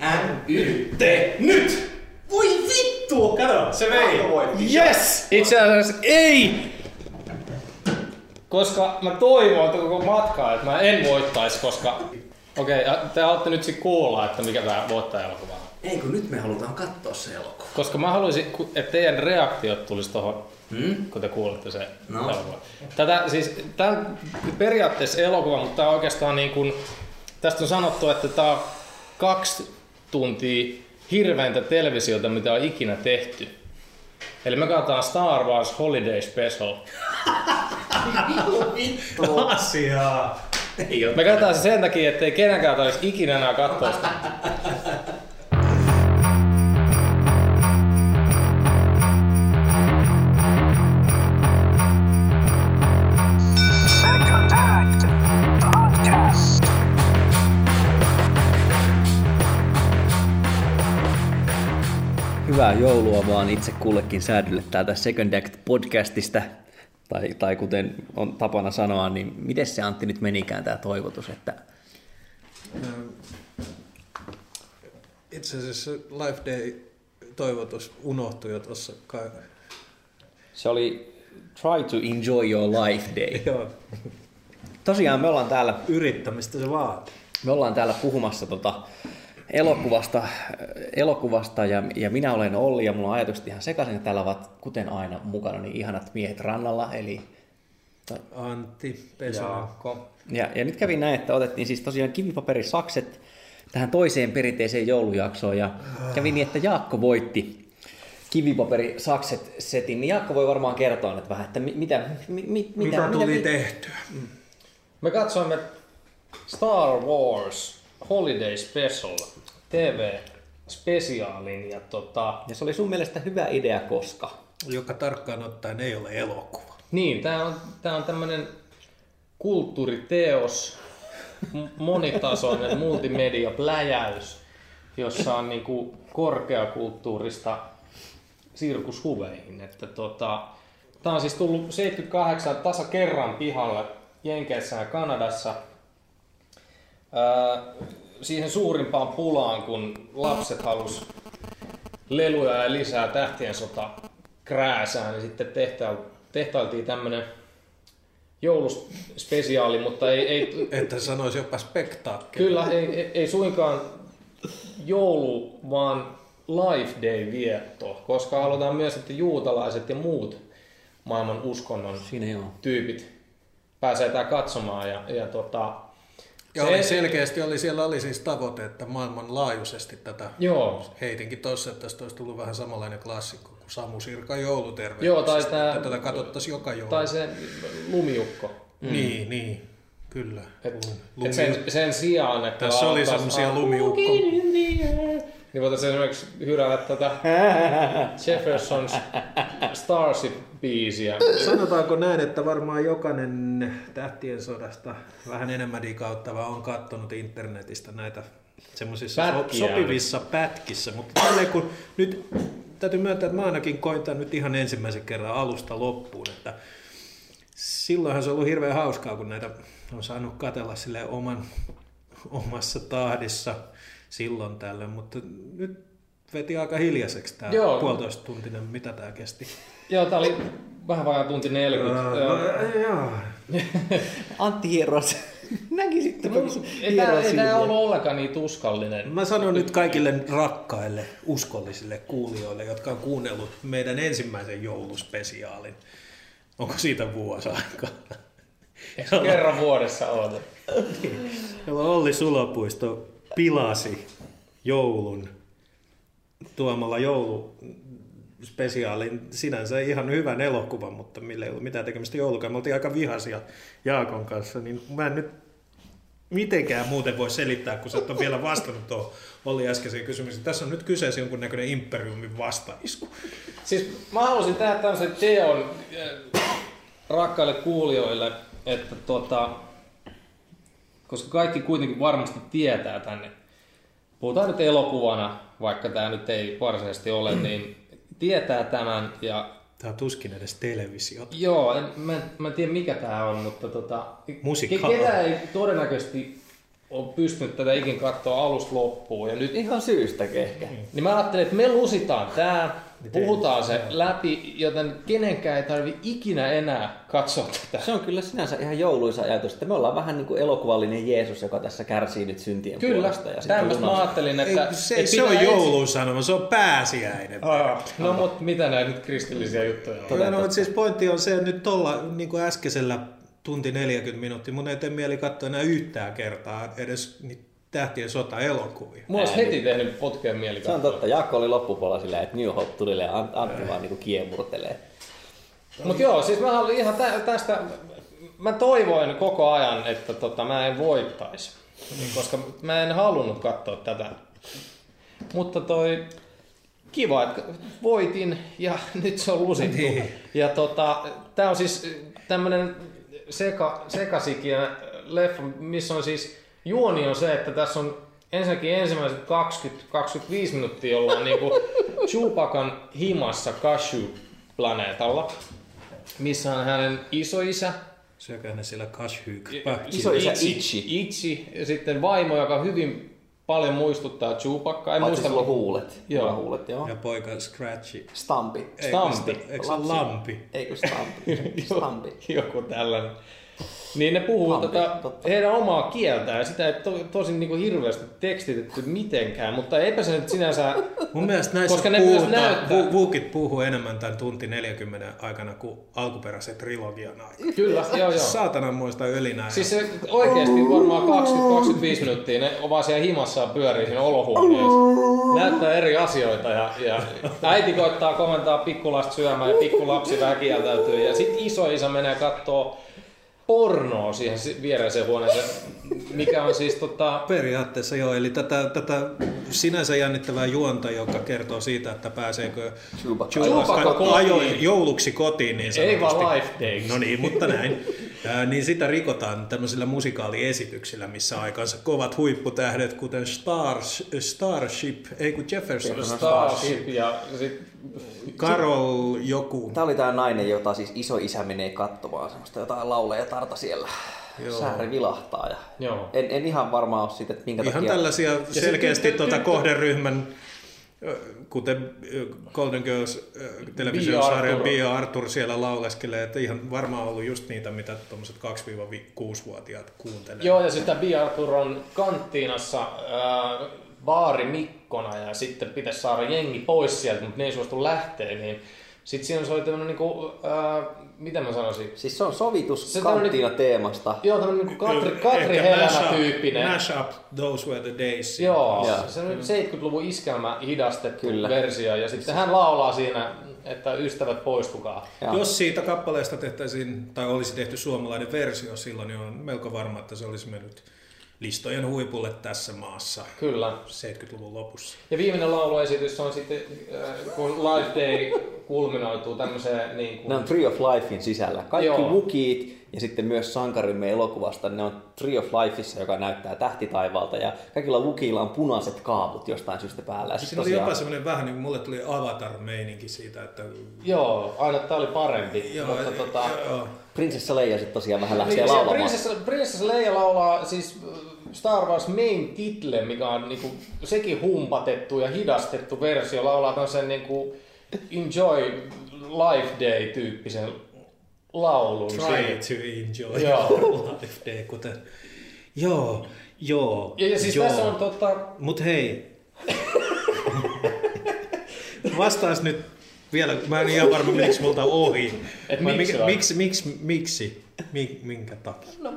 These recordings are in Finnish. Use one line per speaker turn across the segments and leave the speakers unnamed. är ute nyt! Voi vittu!
Kato, se vei.
No, Yes! Itse asiassa ei! Koska mä toivon että koko matkaa, että mä en voittais, koska... Okei, okay, te haluatte nyt sit kuulla, että mikä tämä voittajaelokuva on.
Ei kun nyt me halutaan katsoa se elokuva.
Koska mä haluaisin, ku- että teidän reaktiot tulisi tuohon,
Hmm?
kun te kuulette se
No.
elokuva. Tätä, siis, tämä on periaatteessa elokuva, mutta tää on oikeastaan niin kuin, tästä on sanottu, että tämä on kaksi tuntia hirveintä televisiota, mitä on ikinä tehty. Eli me katsotaan Star Wars Holiday Special.
Vittu!
Asiaa.
Ei oo.
Me katsotaan se sen takia, ettei kenenkään tarvitsisi ikinä enää katsoa sitä.
Back Attack Podcast.
Hyvää joulua vaan itse kullekin säädylle täältä Second Act podcastista. Tai, tai kuten on tapana sanoa, niin miten se Antti nyt menikään tämä toivotus, että
Itse asiassa Life Day toivotus unohtui jo tuossa. Ka-
se oli try to enjoy your life day.
joo,
Tosiaan me ollaan täällä
yrittämistä se vaatii.
Me ollaan täällä puhumassa tota elokuvasta, äh, elokuvasta ja, ja minä olen Olli ja mulla on ajatukset ihan sekaisin. ja Täällä ovat kuten aina mukana niin ihanat miehet rannalla. Eli,
Antti, Pesola.
Jaakko.
ja, ja, nyt kävi näin, että otettiin siis tosiaan kivipaperisakset tähän toiseen perinteiseen joulujaksoon ja kävi niin, että Jaakko voitti kivipaperisakset setin. Niin Jaakko voi varmaan kertoa nyt vähän, että mi, mitä, mi, mi, mitä,
Mitä tuli
mi-
tehtyä?
Me katsoimme Star Wars Holiday Special TV-spesiaalin ja tota...
Ja se oli sun mielestä hyvä idea, koska?
Joka tarkkaan ottaen ei ole elokuva.
Niin, tää on, tää on tämmönen kulttuuriteos, m- monitasoinen multimediapläjäys, jossa on niinku korkeakulttuurista sirkushuveihin. Että tota, tää on siis tullut 78 tasa kerran pihalle Jenkeissä ja Kanadassa. Ää, siihen suurimpaan pulaan, kun lapset halus leluja ja lisää tähtien sota krääsää, niin sitten tehtail, tehtailtiin tämmönen jouluspesiaali, mutta ei, ei
Että sanoisi jopa spektaakkeli.
kyllä ei, ei- ei suinkaan joulu, vaan Life Day vietto, koska aloitetaan myös, että juutalaiset ja muut maailman uskonnon
Siinä ei ole.
tyypit pääsee tää katsomaan ja, ja tota,
Ja
se-
oli selkeästi oli, siellä oli siis tavoite, että maailmanlaajuisesti tätä
joo,
heitinkin tossa, että tästä olisi tullut vähän samanlainen klassikko kuin Samu Sirkan joulutervehdys.
Joo, tai tää-
Tätä katsottaisiin joka joulu.
tai se lumiukko.
Mm. Niin, niin, kyllä.
Et,
Lumi-
et sen, sen sijaan, että
Mm. Tässä oli
aloittaa-
semmoisia lumiukko...
Niin voitaisiin esimerkiksi hyräillä tätä Jefferson's Starship-biisiä.
Sanotaanko näin, että varmaan jokainen tähtien sodasta vähän enemmän digauttava on kattonut internetistä näitä semmoisissa so-
Pätkiä.
sopivissa pätkissä, mutta tälleen kun nyt täytyy myöntää, että mä ainakin koin tämän nyt ihan ensimmäisen kerran alusta loppuun, että silloinhan se on ollut hirveän hauskaa, kun näitä on saanut katella sille oman, omassa tahdissa silloin tällöin, mutta nyt veti aika hiljaiseksi tämä
Joo.
puolitoista tuntinen, mitä tämä kesti.
Joo, tää oli vähän vajaa tunti 40.
no,
Joo.
joo.
Antti Hieros. Näkisitte
no,
Mun- Ei tää, ei tää ollut ollenkaan niin tuskallinen.
Mä sanon nyt kaikille rakkaille, uskollisille kuulijoille, jotka on kuunnellut meidän ensimmäisen jouluspesiaalin. Onko siitä vuosi aikaa?
Kerran vuodessa oota.
Jolla Olli Sulopuisto pilasi joulun tuomalla jouluspesiaalin sinänsä ihan hyvän elokuvan, mutta millä ei ollut mitään tekemistä joulukaan. Me oltiin aika vihaisia Jaakon kanssa, niin mä en nyt mitenkään muuten voi selittää, kun sä et ole vielä vastannut tuohon Olli äskeiseen kysymykseen. Tässä on nyt kyseessä jonkunnäköinen imperiumin vastaisku.
Siis mä halusin tehdä tämmöisen teon äh, rakkaille kuulijoille, että tota, koska kaikki kuitenkin varmasti tietää tänne. Puhutaan nyt elokuvana, vaikka tämä nyt ei varsinaisesti ole, niin tietää tämän ja
Tämä on tuskin edes televisiota.
Joo, en, mä, en- mä en tiedä mikä tää on, mutta tota,
Musikaali.
ke- ketä ei todennäköisesti on pystynyt tätä ikin katsoa alusta loppuun. Ja nyt,
Ihan syystäkin ehkä.
niin mä ajattelin, että me lusitaan
Niin
tää, puhutaan se läpi, joten kenenkään ei tarvi ikinä enää katsoa tätä.
Se on kyllä sinänsä ihan jouluisa ajatus, että me ollaan vähän niin kuin elokuvallinen Jeesus, joka tässä kärsii nyt syntien
Kyllä,
puolesta. Ja sitten
tämmöistä mä
lunastaa.
ajattelin,
Ei,
että...
se,
että
se on
pitää ensin-
joulun sanoma, se on pääsiäinen.
Aa, No mut mitä näitä nyt kristillisiä juttuja on?
Kyllä, no, mutta siis pointti on se, että nyt tuolla niin kuin äskeisellä tunti 40 minuuttia, mun ei tee mieli katsoa enää yhtään kertaa edes niitä tähtien sota-elokuvia.
Mulla olisi heti tehnyt potkeen mieli
Se on
katsoa.
totta. Jaakko oli loppupuolella silleen, että New Hope tulille ja Ant- Antti vaan niin kiemurtelee.
Mut joo, siis mä olin ihan tä- tästä... Mä toivoin koko ajan, että tota, mä en voittaisi. Niin, Koska mä en halunnut katsoa tätä. Mutta toi... Kiva, että voitin ja nyt se on lusittu.
Niin.
Ja tota, tää on siis tämmönen seka, sekasikin leffa, missä on siis juoni on se, että tässä on ensinnäkin ensimmäiset 20-25 minuuttia ollaan niinku Chupakan himassa Kashu-planeetalla, missä on hänen isoisä,
Syökää ne sillä kashyy.
Äh, Isoisä Itchi.
Itchi, ja sitten vaimo, joka hyvin paljon muistuttaa Chupakkaa. En
Paitsi
muista,
sulla on huulet.
Joo.
Joo. Huulet, joo.
Ja poika Scratchi.
Stampi.
Eikö
Stampi.
sitä- Eikö se ole
Lapsi.
lampi?
Eikö stampi? stampi.
joku tällainen. Niin ne puhuu
Lampi,
tätä
totta.
heidän omaa kieltään ja sitä ei to, tosin niinku hirveästi tekstitetty mitenkään, mutta eipä se nyt sinänsä...
Mun mielestä näissä
Koska ne
puhutaan,
myös näyttää.
vu- vuukit puhuu enemmän tämän tunti 40 aikana kuin alkuperäisen trilogian aikana.
Kyllä, joo joo.
Saatana muista ölinää.
Siis se oikeasti varmaan 20-25 minuuttia ne on vaan siellä himassaan pyörii siinä olohuoneessa. Näyttää eri asioita ja, ja äiti koittaa komentaa pikkulasta syömään ja pikkulapsi vähän kieltäytyy. Ja sit isoisä menee kattoo pornoa siihen si- viereiseen huoneeseen, mikä on siis tota...
Periaatteessa joo, eli tätä, tätä sinänsä jännittävää juonta, joka kertoo siitä, että pääseekö
Chewbacca.
Chewbacca kotiin.
ajoin jouluksi kotiin niin sanotusti.
Ei vaan life days.
No niin, mutta näin. Ää, niin sitä rikotaan tämmöisillä musikaaliesityksillä, missä aikansa kovat huipputähdet, kuten Stars, Starship, ei kun Jefferson
Starship ja sit
Carol joku.
Tämä oli tämä nainen, jota siis iso isä menee katsomaan semmoista jotain lauleja tarta siellä. Joo. Sääri vilahtaa. Ja...
Joo.
En, en, ihan varmaan ole siitä, että minkä
Ihan
takia...
tällaisia selkeästi
tyttö-
tuota
tyttö-
kohderyhmän, ö, kuten ö, Golden Girls ö, televisiosarja
Arthur.
Bia Arthur siellä lauleskelee, että ihan varmaan ollut just niitä, mitä tuommoiset 2-6-vuotiaat kuuntelee.
Joo, ja sitä Bi Arthur on kanttiinassa ää, baarimikkona ja sitten pitäisi saada jengi pois sieltä, mutta ne ei suostu lähteä, niin sitten siinä soi tämmönen niinku, ää, mitä mä sanoisin,
Siis se on sovitus
Se
se
tämmönen-
kanttiina teemasta.
joo tämmönen niinku Katri, Katri
Ehkä
Helena
mash up-
tyyppinen.
Mash up, those were the days.
Joo,
Joo.
se on 70-luvun iskelmä hidastettu
Kyllä.
versio ja sitten hän laulaa siinä, että ystävät poistukaa.
Joo.
Jos siitä kappaleesta tehtäisiin, tai olisi tehty suomalainen versio silloin, niin on melko varma, että se olisi mennyt listojen huipulle tässä maassa
Kyllä.
70-luvun lopussa.
Ja viimeinen lauluesitys on sitten, äh, kun Life Day kulminoituu tämmöiseen niin kuin...
Ne on Tree of Lifein sisällä. Kaikki
Joo.
Joo. mukiit ja sitten myös sankarimme elokuvasta, ne on Tree of Lifeissa, joka näyttää tähtitaivalta. Ja kaikilla mukiilla on punaiset kaavut jostain syystä päällä. Ja sit
Siis Siinä oli
tosiaan-
jopa semmoinen vähän, niin kuin mulle tuli avatar-meininki siitä, että...
Joo, aina tää oli parempi,
Joo, eh,
mutta tota...
joo.
Prinsessa Leija sitten tosiaan vähän lähtee
Niin, se
laulamaan.
prinsessa, prinsessa Leija laulaa siis äh, Star Wars main title, mikä on niinku, sekin humpatettu ja hidastettu versio, laulaa tämmösen niinku Enjoy Life Day tyyppisen laulun.
Try to enjoy
Niin Joo.
life day, kuten... Joo, joo,
Ja, ja siis
joo.
tässä on tota,
Mut hei. Vastaas nyt vielä, mä en ihan varma miksi multa on ohi.
Et
Vai
miksi
mik-
vai?
miksi, miksi, miksi, miksi, minkä takia?
No,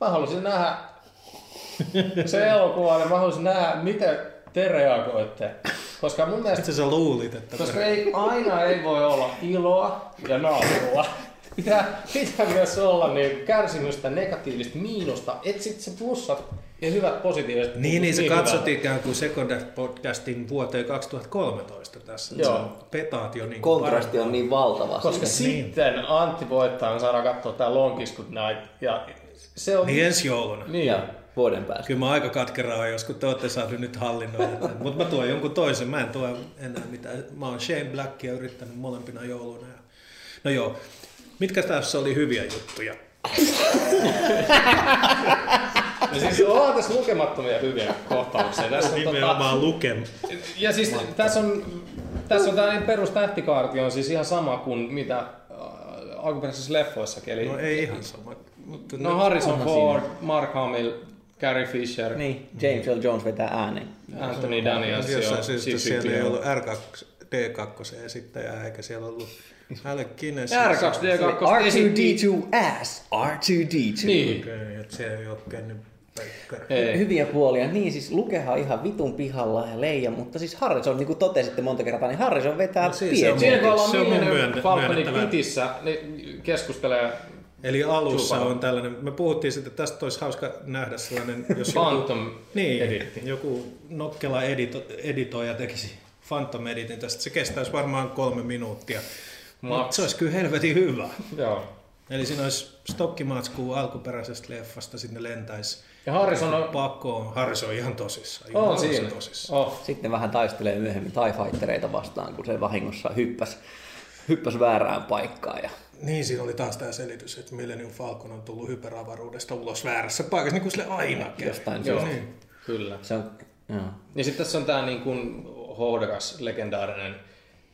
mä halusin nähdä se elokuva, niin mä halusin nähdä, miten te reagoitte. Koska mun mielestä,
Mitä sä luulit, että...
koska ei, aina ei voi olla iloa ja naurua. Pitää, pitää myös olla niin kärsimystä, negatiivista, miinusta. Et sit se plussat ja hyvät positiiviset.
Niin, niin, se
hyvä.
katsot ikään kuin Second Act podcastin vuoteen 2013 tässä.
Joo.
Joo. Petaat jo niin kuin
Kontrasti on niin valtava.
Koska
siinä.
sitten Antti voittaa, me saadaan katsoa tää Long Kiss Good Night. Ja se on...
Niin ensi jouluna.
niin.
Ja vuoden päästä.
Kyllä mä aika katkeraa oon, jos kun te ootte saanut nyt hallinnoida. Mutta mä tuon jonkun toisen, mä en tuo enää mitään. Mä oon Shane Blackia yrittänyt molempina jouluna. Ja... No joo, mitkä tässä oli hyviä juttuja?
Ja siis onhan tässä lukemattomia hyviä kohtauksia. Tässä on, tota,
Nimenomaan lukem.
ja siis tässä on, tässä on tämä perus tähtikaarti on siis ihan sama kuin mitä äh, alkuperäisissä leffoissakin. Eli
No ei ihan sama. Mutta
No Harrison Ford, Mark Hamill, Gary Fisher, niin.
Niin, James L. Jones vetää ääneen.
Anthony Daniels. Siis
Jossain syystä
Chief
Niin. siellä ei
Wiggly.
ollut R2, D2 esittäjää, eikä siellä ollut Alec Guinness.
R2D2 esitti...
R2D2 ass, R2D2.
Niin.
Okei, että se ei ole käynyt peikkari.
Ei.
Hyviä puolia. Niin siis lukehan ihan vitun pihalla ja leija, mutta siis Harrison, niin kuin totesitte monta kertaa, niin Harrison vetää no,
No siis
siis
se on-
Siinä kun ollaan
Se on mun
Millionaire
myöntä-
Falconin
myönnettävä.
kitissä, niin keskustelee
Eli alussa
Tupac.
on tällainen, me puhuttiin siitä, että tästä olisi hauska nähdä sellainen, jos joku,
Phantom
niin,
editti.
joku nokkela edito, editoija tekisi Phantom Editin tästä. Se kestäisi varmaan kolme minuuttia. Mut
Max.
se olisi kyllä helvetin hyvä.
Joo.
Eli siinä olisi stokkimatskuu alkuperäisestä leffasta, sitten ne lentäisi
Ja Harrison on,
pakoon. Harrison on ihan tosissaan.
on
Jumalauta, se
siinä.
Tosissaan.
Oh.
Sitten vähän taistelee myöhemmin TIE Fightereita vastaan, kun se vahingossa hyppäs, hyppäs väärään paikkaan. Ja...
Niin, siinä oli taas tämä selitys, että Millennium Falcon on tullut hyperavaruudesta ulos väärässä paikassa, niin kuin sille aina käy.
Jostain
Joo,
syystä.
niin. kyllä.
Se on, joo.
Ja sitten tässä on tämä niin kuin hohdakas, legendaarinen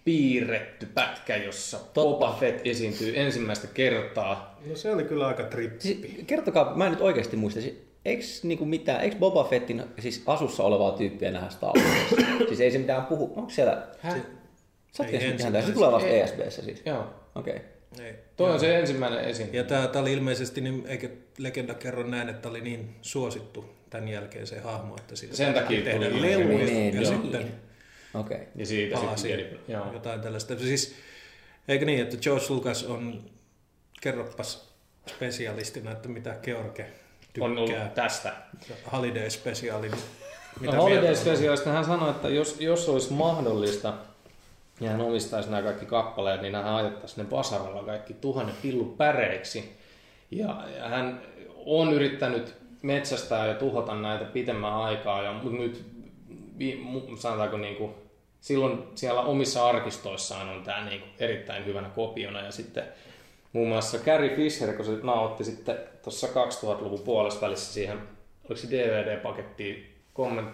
piirretty pätkä, jossa Boba Fett esiintyy ensimmäistä kertaa.
No se oli kyllä aika trippi.
Siis, kertokaa, mä en nyt oikeasti muista, siis, eikö, niinku mitään, eikö Boba Fettin siis asussa olevaa tyyppiä nähdä Star Warsissa? siis ei se mitään puhu, onko siellä... Häh? Sä oot
Ei
tiennyt mitään
ensin
tästä, se
taisi-
tulee vasta ESBssä siis.
Joo.
Okei. Okay.
Ei.
Toi on se ensimmäinen esiin.
Ja tämä oli ilmeisesti, niin, eikä legenda kerro näin, että oli niin suosittu tämän jälkeen se hahmo, että siitä
Sen takia
tehdä
tuli
leluja
Niin,
ja
niin.
sitten
Okei. Okay.
Ja siitä
palasi
sitten... Joo.
jotain tällaista. Siis, eikö niin, että George Lucas on, kerropas spesialistina, että mitä George
On ollut
tykkää.
tästä.
Holiday Specialin.
No,
Mitä
Holiday
mieltä on?
Specialista hän sanoi, että jos, jos olisi mahdollista ja hän omistaisi nämä kaikki kappaleet, niin hän ajattaisi ne vasaralla kaikki tuhannen pillun päreiksi. Ja, ja hän on yrittänyt metsästää ja tuhota näitä pitemmän aikaa, ja, mutta nyt vi- mu- sanotaanko niin kuin, silloin siellä omissa arkistoissaan on tämä niin kuin erittäin hyvänä kopiona ja sitten muun muassa Carrie Fisher, kun se nautti sitten tuossa 2000-luvun puolesta välissä siihen, oliko se DVD-paketti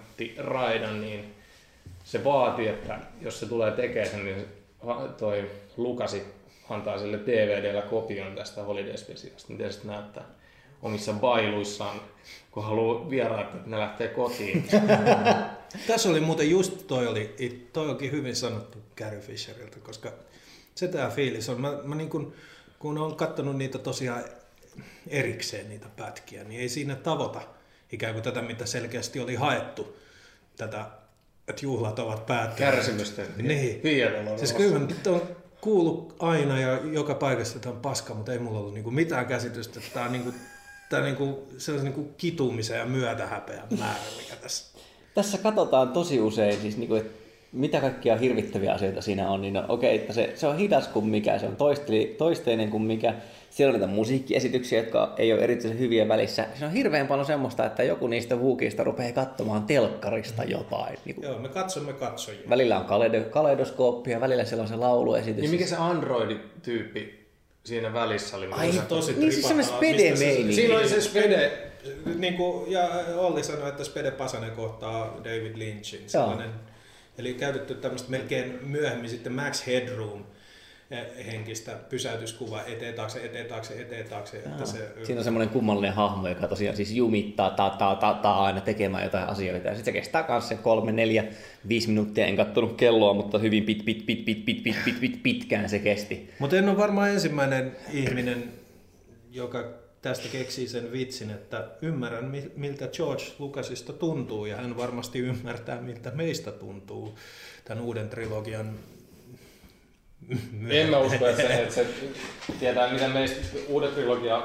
kommenttiraidan, niin se vaatii, että jos se tulee tekemään sen, niin ha- toi Lukasi antaa sille DVDllä kopion tästä Holiday Specialista, miten se näyttää omissa bailuissaan, kun haluaa vieraat, että ne lähtee kotiin.
Tässä oli muuten just toi, oli, toi onkin hyvin sanottu Gary Fisheriltä, koska se tämä fiilis on. Mä, mä niin kun, kun olen katsonut niitä tosiaan erikseen niitä pätkiä, niin ei siinä tavoita ikään kuin tätä, mitä selkeästi oli haettu, tätä, että juhlat ovat päättyneet.
Kärsimysten
Niin.
vierellä.
Siis kyllä mä nyt on kuullut aina ja joka paikassa tämän paska, mutta ei mulla ollut niinku mitään käsitystä, että tämä on niinku, tää niinku, sellaisen niinku kitumisen ja myötähäpeän määrä, mikä tässä
Tässä katsotaan tosi usein, siis niinku, että mitä kaikkia hirvittäviä asioita siinä on, niin no, okei, että se, se on hidas kuin mikä, se on toisteli, toisteinen kuin mikä. Siellä on niitä musiikkiesityksiä, jotka ei ole erityisen hyviä välissä. Se on hirveän paljon semmoista, että joku niistä vuukista rupeaa katsomaan telkkarista jotain. Niinku,
Joo, me katsomme katsojia.
välillä on kaledo, kaleidoskooppi ja välillä siellä on se lauluesitys.
Niin mikä se Android-tyyppi siinä välissä oli?
Ai,
Mikä se-
Tosi
Niin siis semmoinen
tripataan, mistä se-
spede-meininki.
Siinä oli se spede.
Niin kuin, ja Olli sanoi, että Spede Pasanen kohtaa David Lynchin. Sellainen, eli käytetty tämmöistä melkein myöhemmin sitten Max Headroom eh, henkistä pysäytyskuvaa eteen taakse, eteen taakse, eteen taakse. Että se,
Siinä on semmoinen kummallinen hahmo, joka tosiaan siis jumittaa ta, ta, ta, ta, aina tekemään jotain asioita. Ja sitten se kestää myös sen kolme, neljä, viisi minuuttia. En kattonut kelloa, mutta hyvin pit, pit, pit, pit, pit, pit, pit, pit, pitkään se kesti.
Mutta en ole varmaan ensimmäinen ihminen, joka tästä keksii sen vitsin, että ymmärrän mi- miltä George Lucasista tuntuu ja hän varmasti ymmärtää miltä meistä tuntuu tämän uuden trilogian Niin.
En mä usko, että se, että se tietää, mitä meistä uudet trilogia...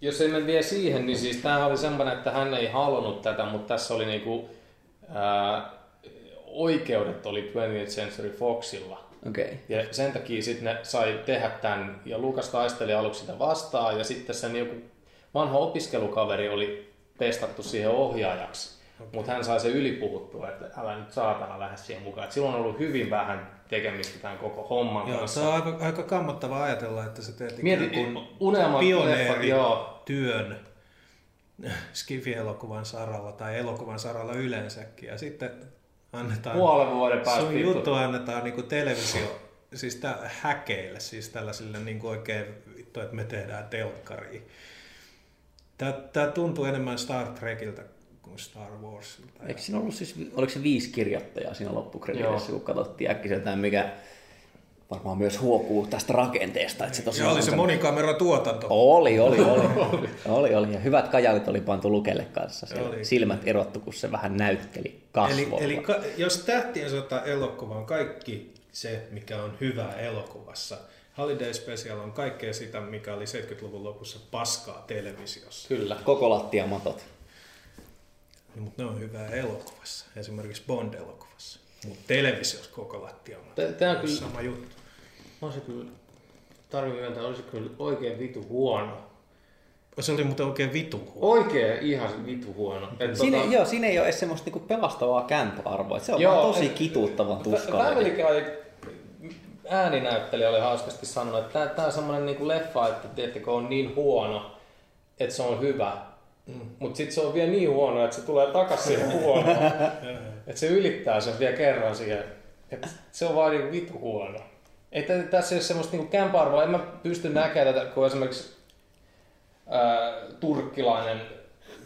Jos emme vie siihen, niin siis tämähän oli semmoinen, että hän ei halunnut tätä, mutta tässä oli niinku... Ää, oikeudet oli 20th Century Foxilla.
Okei. Okay.
Ja sen takia sitten ne sai tehdä tämän, ja Lukas taisteli aluksi sitä vastaan, ja sitten sen joku vanha opiskelukaveri oli testattu siihen ohjaajaksi. Okay. Mutta hän sai se ylipuhuttua, että älä nyt saatana lähde siihen mukaan. Et silloin on ollut hyvin vähän tekemistä tämän koko homman
Joo, se
kanssa.
on aika, aika
niin,
kammottava ajatella, että sä teet
Mieti,
ikään kuin
unelmat-
pioneeri
joo.
työn Skifi-elokuvan saralla tai elokuvan saralla yleensäkin. Ja sitten annetaan...
Puolen vuoden päästä
Sun
vittu.
juttu annetaan niinku televisio, siis tää häkeille, siis tällaisille niinku oikein vittu, että me tehdään telkkariin. Tää, tää tuntuu enemmän Star Trekiltä kuin Star Warsilta.
Eikö siinä ollut siis, oliko se viisi kirjoittajaa siinä loppukrediteissä, kun katsottiin äkkiseltään, mikä varmaan myös huokuu tästä rakenteesta. Että se
Ja
tosiaan
oli se
on
monikameratuotanto.
Oli, oli, oli. oli, oli. Ja hyvät kajalit oli pantu lukelle kanssa. Siellä
Oli.
silmät erottu, kun se vähän näytteli
Eli,
kasvoilla.
eli ka, jos tähtien sota elokuva on kaikki se, mikä on hyvää elokuvassa, Holiday Special on kaikkea sitä, mikä oli 70-luvun lopussa paskaa televisiossa.
Kyllä. Koko lattia matot.
Niin, mutta ne on hyvää elokuvassa, esimerkiksi Bond-elokuvassa. Mutta televisiossa koko lattia on
Tää- tää on
myös
kyllä-
sama juttu.
On se kyllä, tarvii myöntää, on se kyllä oikein vitu huono.
Se oli muuten oikein vitu huono.
Oikein ihan vitu huono. Et
Siinä, tota... joo, siinä ei ole edes semmoista niinku pelastavaa kääntöarvoa. Et Se on
Joo,
joo, vaan tosi
et-
kituuttavan tuskallinen.
Family Guy ääninäyttelijä oli hauskasti sanonut, että tämä on semmoinen niinku leffa, että tiedättekö, on niin huono, että se on hyvä. Mm. Mutta sitten se on vielä niin huono, että se tulee takaisin siihen huonoon. että se ylittää sen vielä kerran siihen. Et se on vaan niinku vitu huono. Ei, tä- tässä ei ole semmoista niinku kämpäarvoa. En mä pysty näkemään tätä, kun esimerkiksi ää, turkkilainen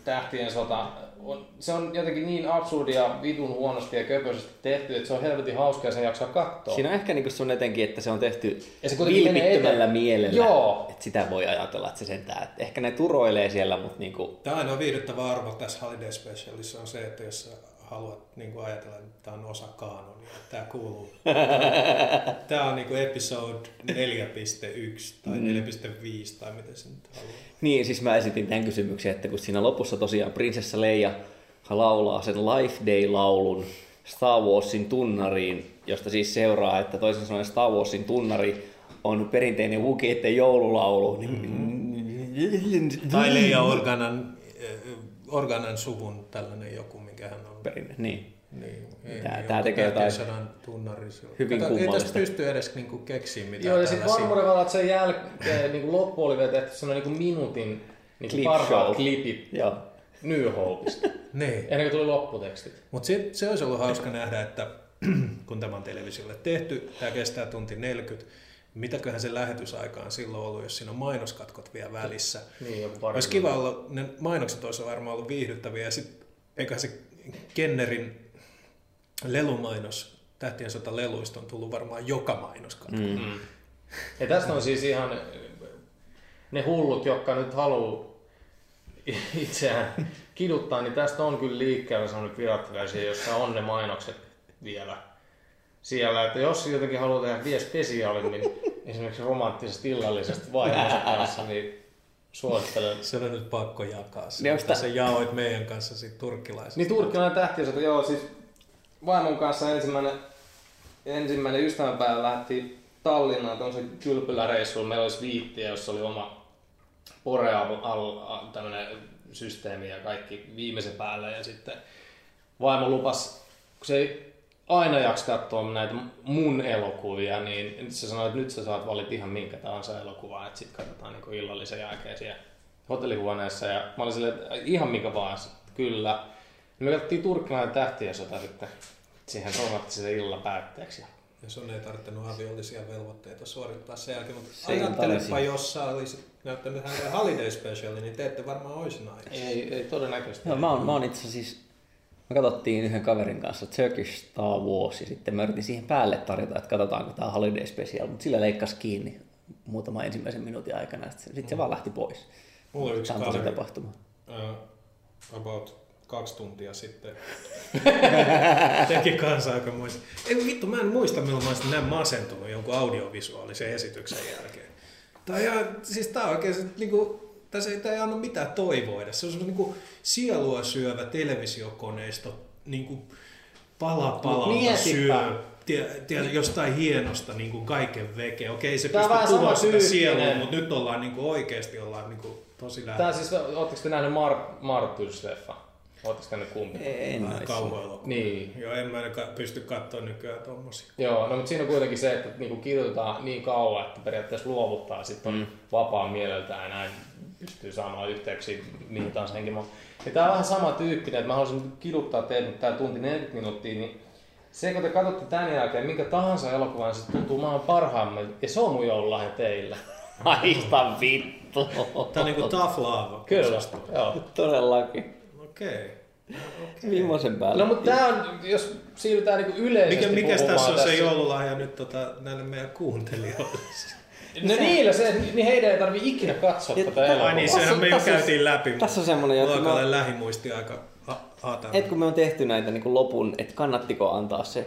tähtien sota. On, se on jotenkin niin absurdia, vitun huonosti ja köpöisesti tehty, että se on helvetin hauska ja sen jaksaa katsoa.
Siinä on ehkä niinku semmoinen jotenkin, että se on tehty
Ja se kuitenkin menee
vilpittömällä
eteen-
mielellä.
Joo.
Et sitä voi ajatella, että se sentään. Et ehkä ne turoilee siellä, mutta niinku,
Tämä ainoa viihdyttävä arvo tässä Holiday Specialissa on se, että jos sä haluat niin kuin ajatella, että tämä on osa kaanonia, että tämä kuuluu. Tämä on niin kuin episode 4.1 tai
Mm.
4.5 tai miten se nyt haluaa.
Niin, siis mä esitin tämän kysymyksen, että kun siinä lopussa tosiaan prinsessa Leija laulaa sen Life Day-laulun Star Warsin tunnariin, josta siis seuraa, että toisin sanoen Star Warsin tunnari on perinteinen Wookieetten joululaulu. Mm-hmm.
Tai Leija Organan, äh, Organan suvun tällainen joku, mikä hän on.
Perinne, niin.
Niin,
Tää- tää tekee jotain
sadan tunnari.
hyvin
Ei
kummallista.
tästä pysty edes niin kuin keksimään mitään
Joo, ja sitten
tällaisia.
varmuuden varalla, että sen jälkeen niin loppu oli vielä tehty sellainen niin minuutin niin
Clip show.
parhaat klipit
Joo.
New Hopeista,
Niin.
ennen kuin tuli lopputekstit.
Mutta se, se olisi ollut hauska nähdä, että kun tämä on televisiolle tehty, tämä kestää tunti 40, mitäköhän se lähetysaika on silloin ollut, jos siinä on mainoskatkot vielä välissä.
Niin, joku pari
Olisi kiva olla, ne mainokset olisi varmaan ollut viihdyttäviä, ja sitten eikä se Kennerin lelumainos, Tähtien sota leluista on tullut varmaan joka mainoskatko. Mm.
Ja tästä on siis ihan äh, ne hullut, jotka nyt haluaa itseään kiduttaa, niin tästä on kyllä liikkeellä sellainen pirattiraisia, jossa on ne mainokset vielä siellä. Että jos jotenkin haluaa tehdä vielä spesiaalin, niin esimerkiksi romanttisesta illallisesta vaimonsa kanssa, niin suosittelen.
Se on nyt pakko jakaa se,
Niin onks
mitä
tää-
sä jaoit meidän kanssa siitä turkkilaisesta.
Niin turkkilainen tähtiösota, joo, siis vaimon kanssa ensimmäinen, ensimmäinen ystävänpäivä lähti Tallinnaan tuollaisen kylpyläreissuun. Meillä olisi viittiä, jossa oli oma porea alla tämmöinen systeemi ja kaikki viimeisen päälle. Ja sitten vaimo lupas, kun se ei aina jaksa katsoa näitä mun elokuvia, niin se sanoi, että nyt sä saat valita ihan minkä tahansa elokuvaa, että sit katsotaan niinku illallisen jälkeen siellä hotellihuoneessa. Ja mä olin silleen, että ihan minkä vaan, Sitten kyllä. Me katsottiin turkkilainen tähtien sota sitten siihen romanttisen illan päätteeksi. Ja
Ja sun ei tarvittanut aviollisia velvoitteita suorittaa sen jälkeen, mutta
ei
ajattelepa,
tarvitsi.
jos sä olisit näyttänyt hänelle Holiday Specialin, niin te ette varmaan olisi nainen.
Ei, ei todennäköisesti.
No, mä oon, mä oon itse asiassa siis, me katsottiin yhden kaverin kanssa Turkish Star Wars ja sitten mä yritin siihen päälle tarjota, että katsotaanko tämä Holiday Special, mutta sillä leikkasi kiinni muutama ensimmäisen minuutin aikana, sitten sit se vaan lähti pois.
Mulla oli yksi
Tämä on tosi
kaveri
tapahtuma.
äh, about kaksi tuntia sitten. Teki kanssa aika muista. Ei vittu, mä en muista milloin mä olisin näin masentunut jonkun audiovisuaalisen esityksen jälkeen. Tai ihan, siis tää on oikein niinku, tässä ei, tää ei anna mitään toivoa edes. Se on semmoinen niinku sielua syövä televisiokoneisto, niinku pala palalta
mietipä.
syö. Tie, tie, jostain hienosta niin kuin kaiken veke. Okei, se
Tää on
pystyy
vähän
kuvaamaan sitä
samantyyppinen.
sielua, mutta nyt ollaan niin kuin oikeasti ollaan niin kuin tosi lähellä.
Tää siis, ootteko te nähneet Mar- Martyrs-leffa? Ootteko te ne kumpi?
En
Vähän kauhoilla.
Niin.
Joo, en mä ainakaan pysty katsoa nykyään tommosia.
Joo, no mutta siinä on kuitenkin se, että niinku kirjoitetaan niin kauan, että periaatteessa luovuttaa sitten on mm. vapaa mieleltään ja näin pystyy saamaan yhteyksiä mihin tahansa henkilöön. Ja tää on vähän sama tyyppinen, että mä haluaisin niinku kiduttaa teille nyt tää tunti 40 minuuttia, niin se, kun te katsotte tämän jälkeen minkä tahansa elokuvan, niin se tuntuu maan parhaammin. Ja se on mun joululahja teille.
Aista vittu.
Tämä on niinku tough love.
Kyllä, joo.
Todellakin.
Okei.
Viimeisen päälle.
No mutta tää on, jos siirrytään niinku yleisesti
Mikä, mikäs
puhumaan
tässä on se joululahja nyt tota, näille meidän kuuntelijoille?
No niillä se, että niin heidän ei tarvi ikinä katsoa tätä elokuvaa.
Ai niin, sehän me jo
tässä on-
käytiin läpi.
tässä on semmonen, jota
Luokalle
mä-
lähimuisti aika ha- haatainen.
Et kun me on tehty näitä niin kuin lopun, että kannattiko antaa se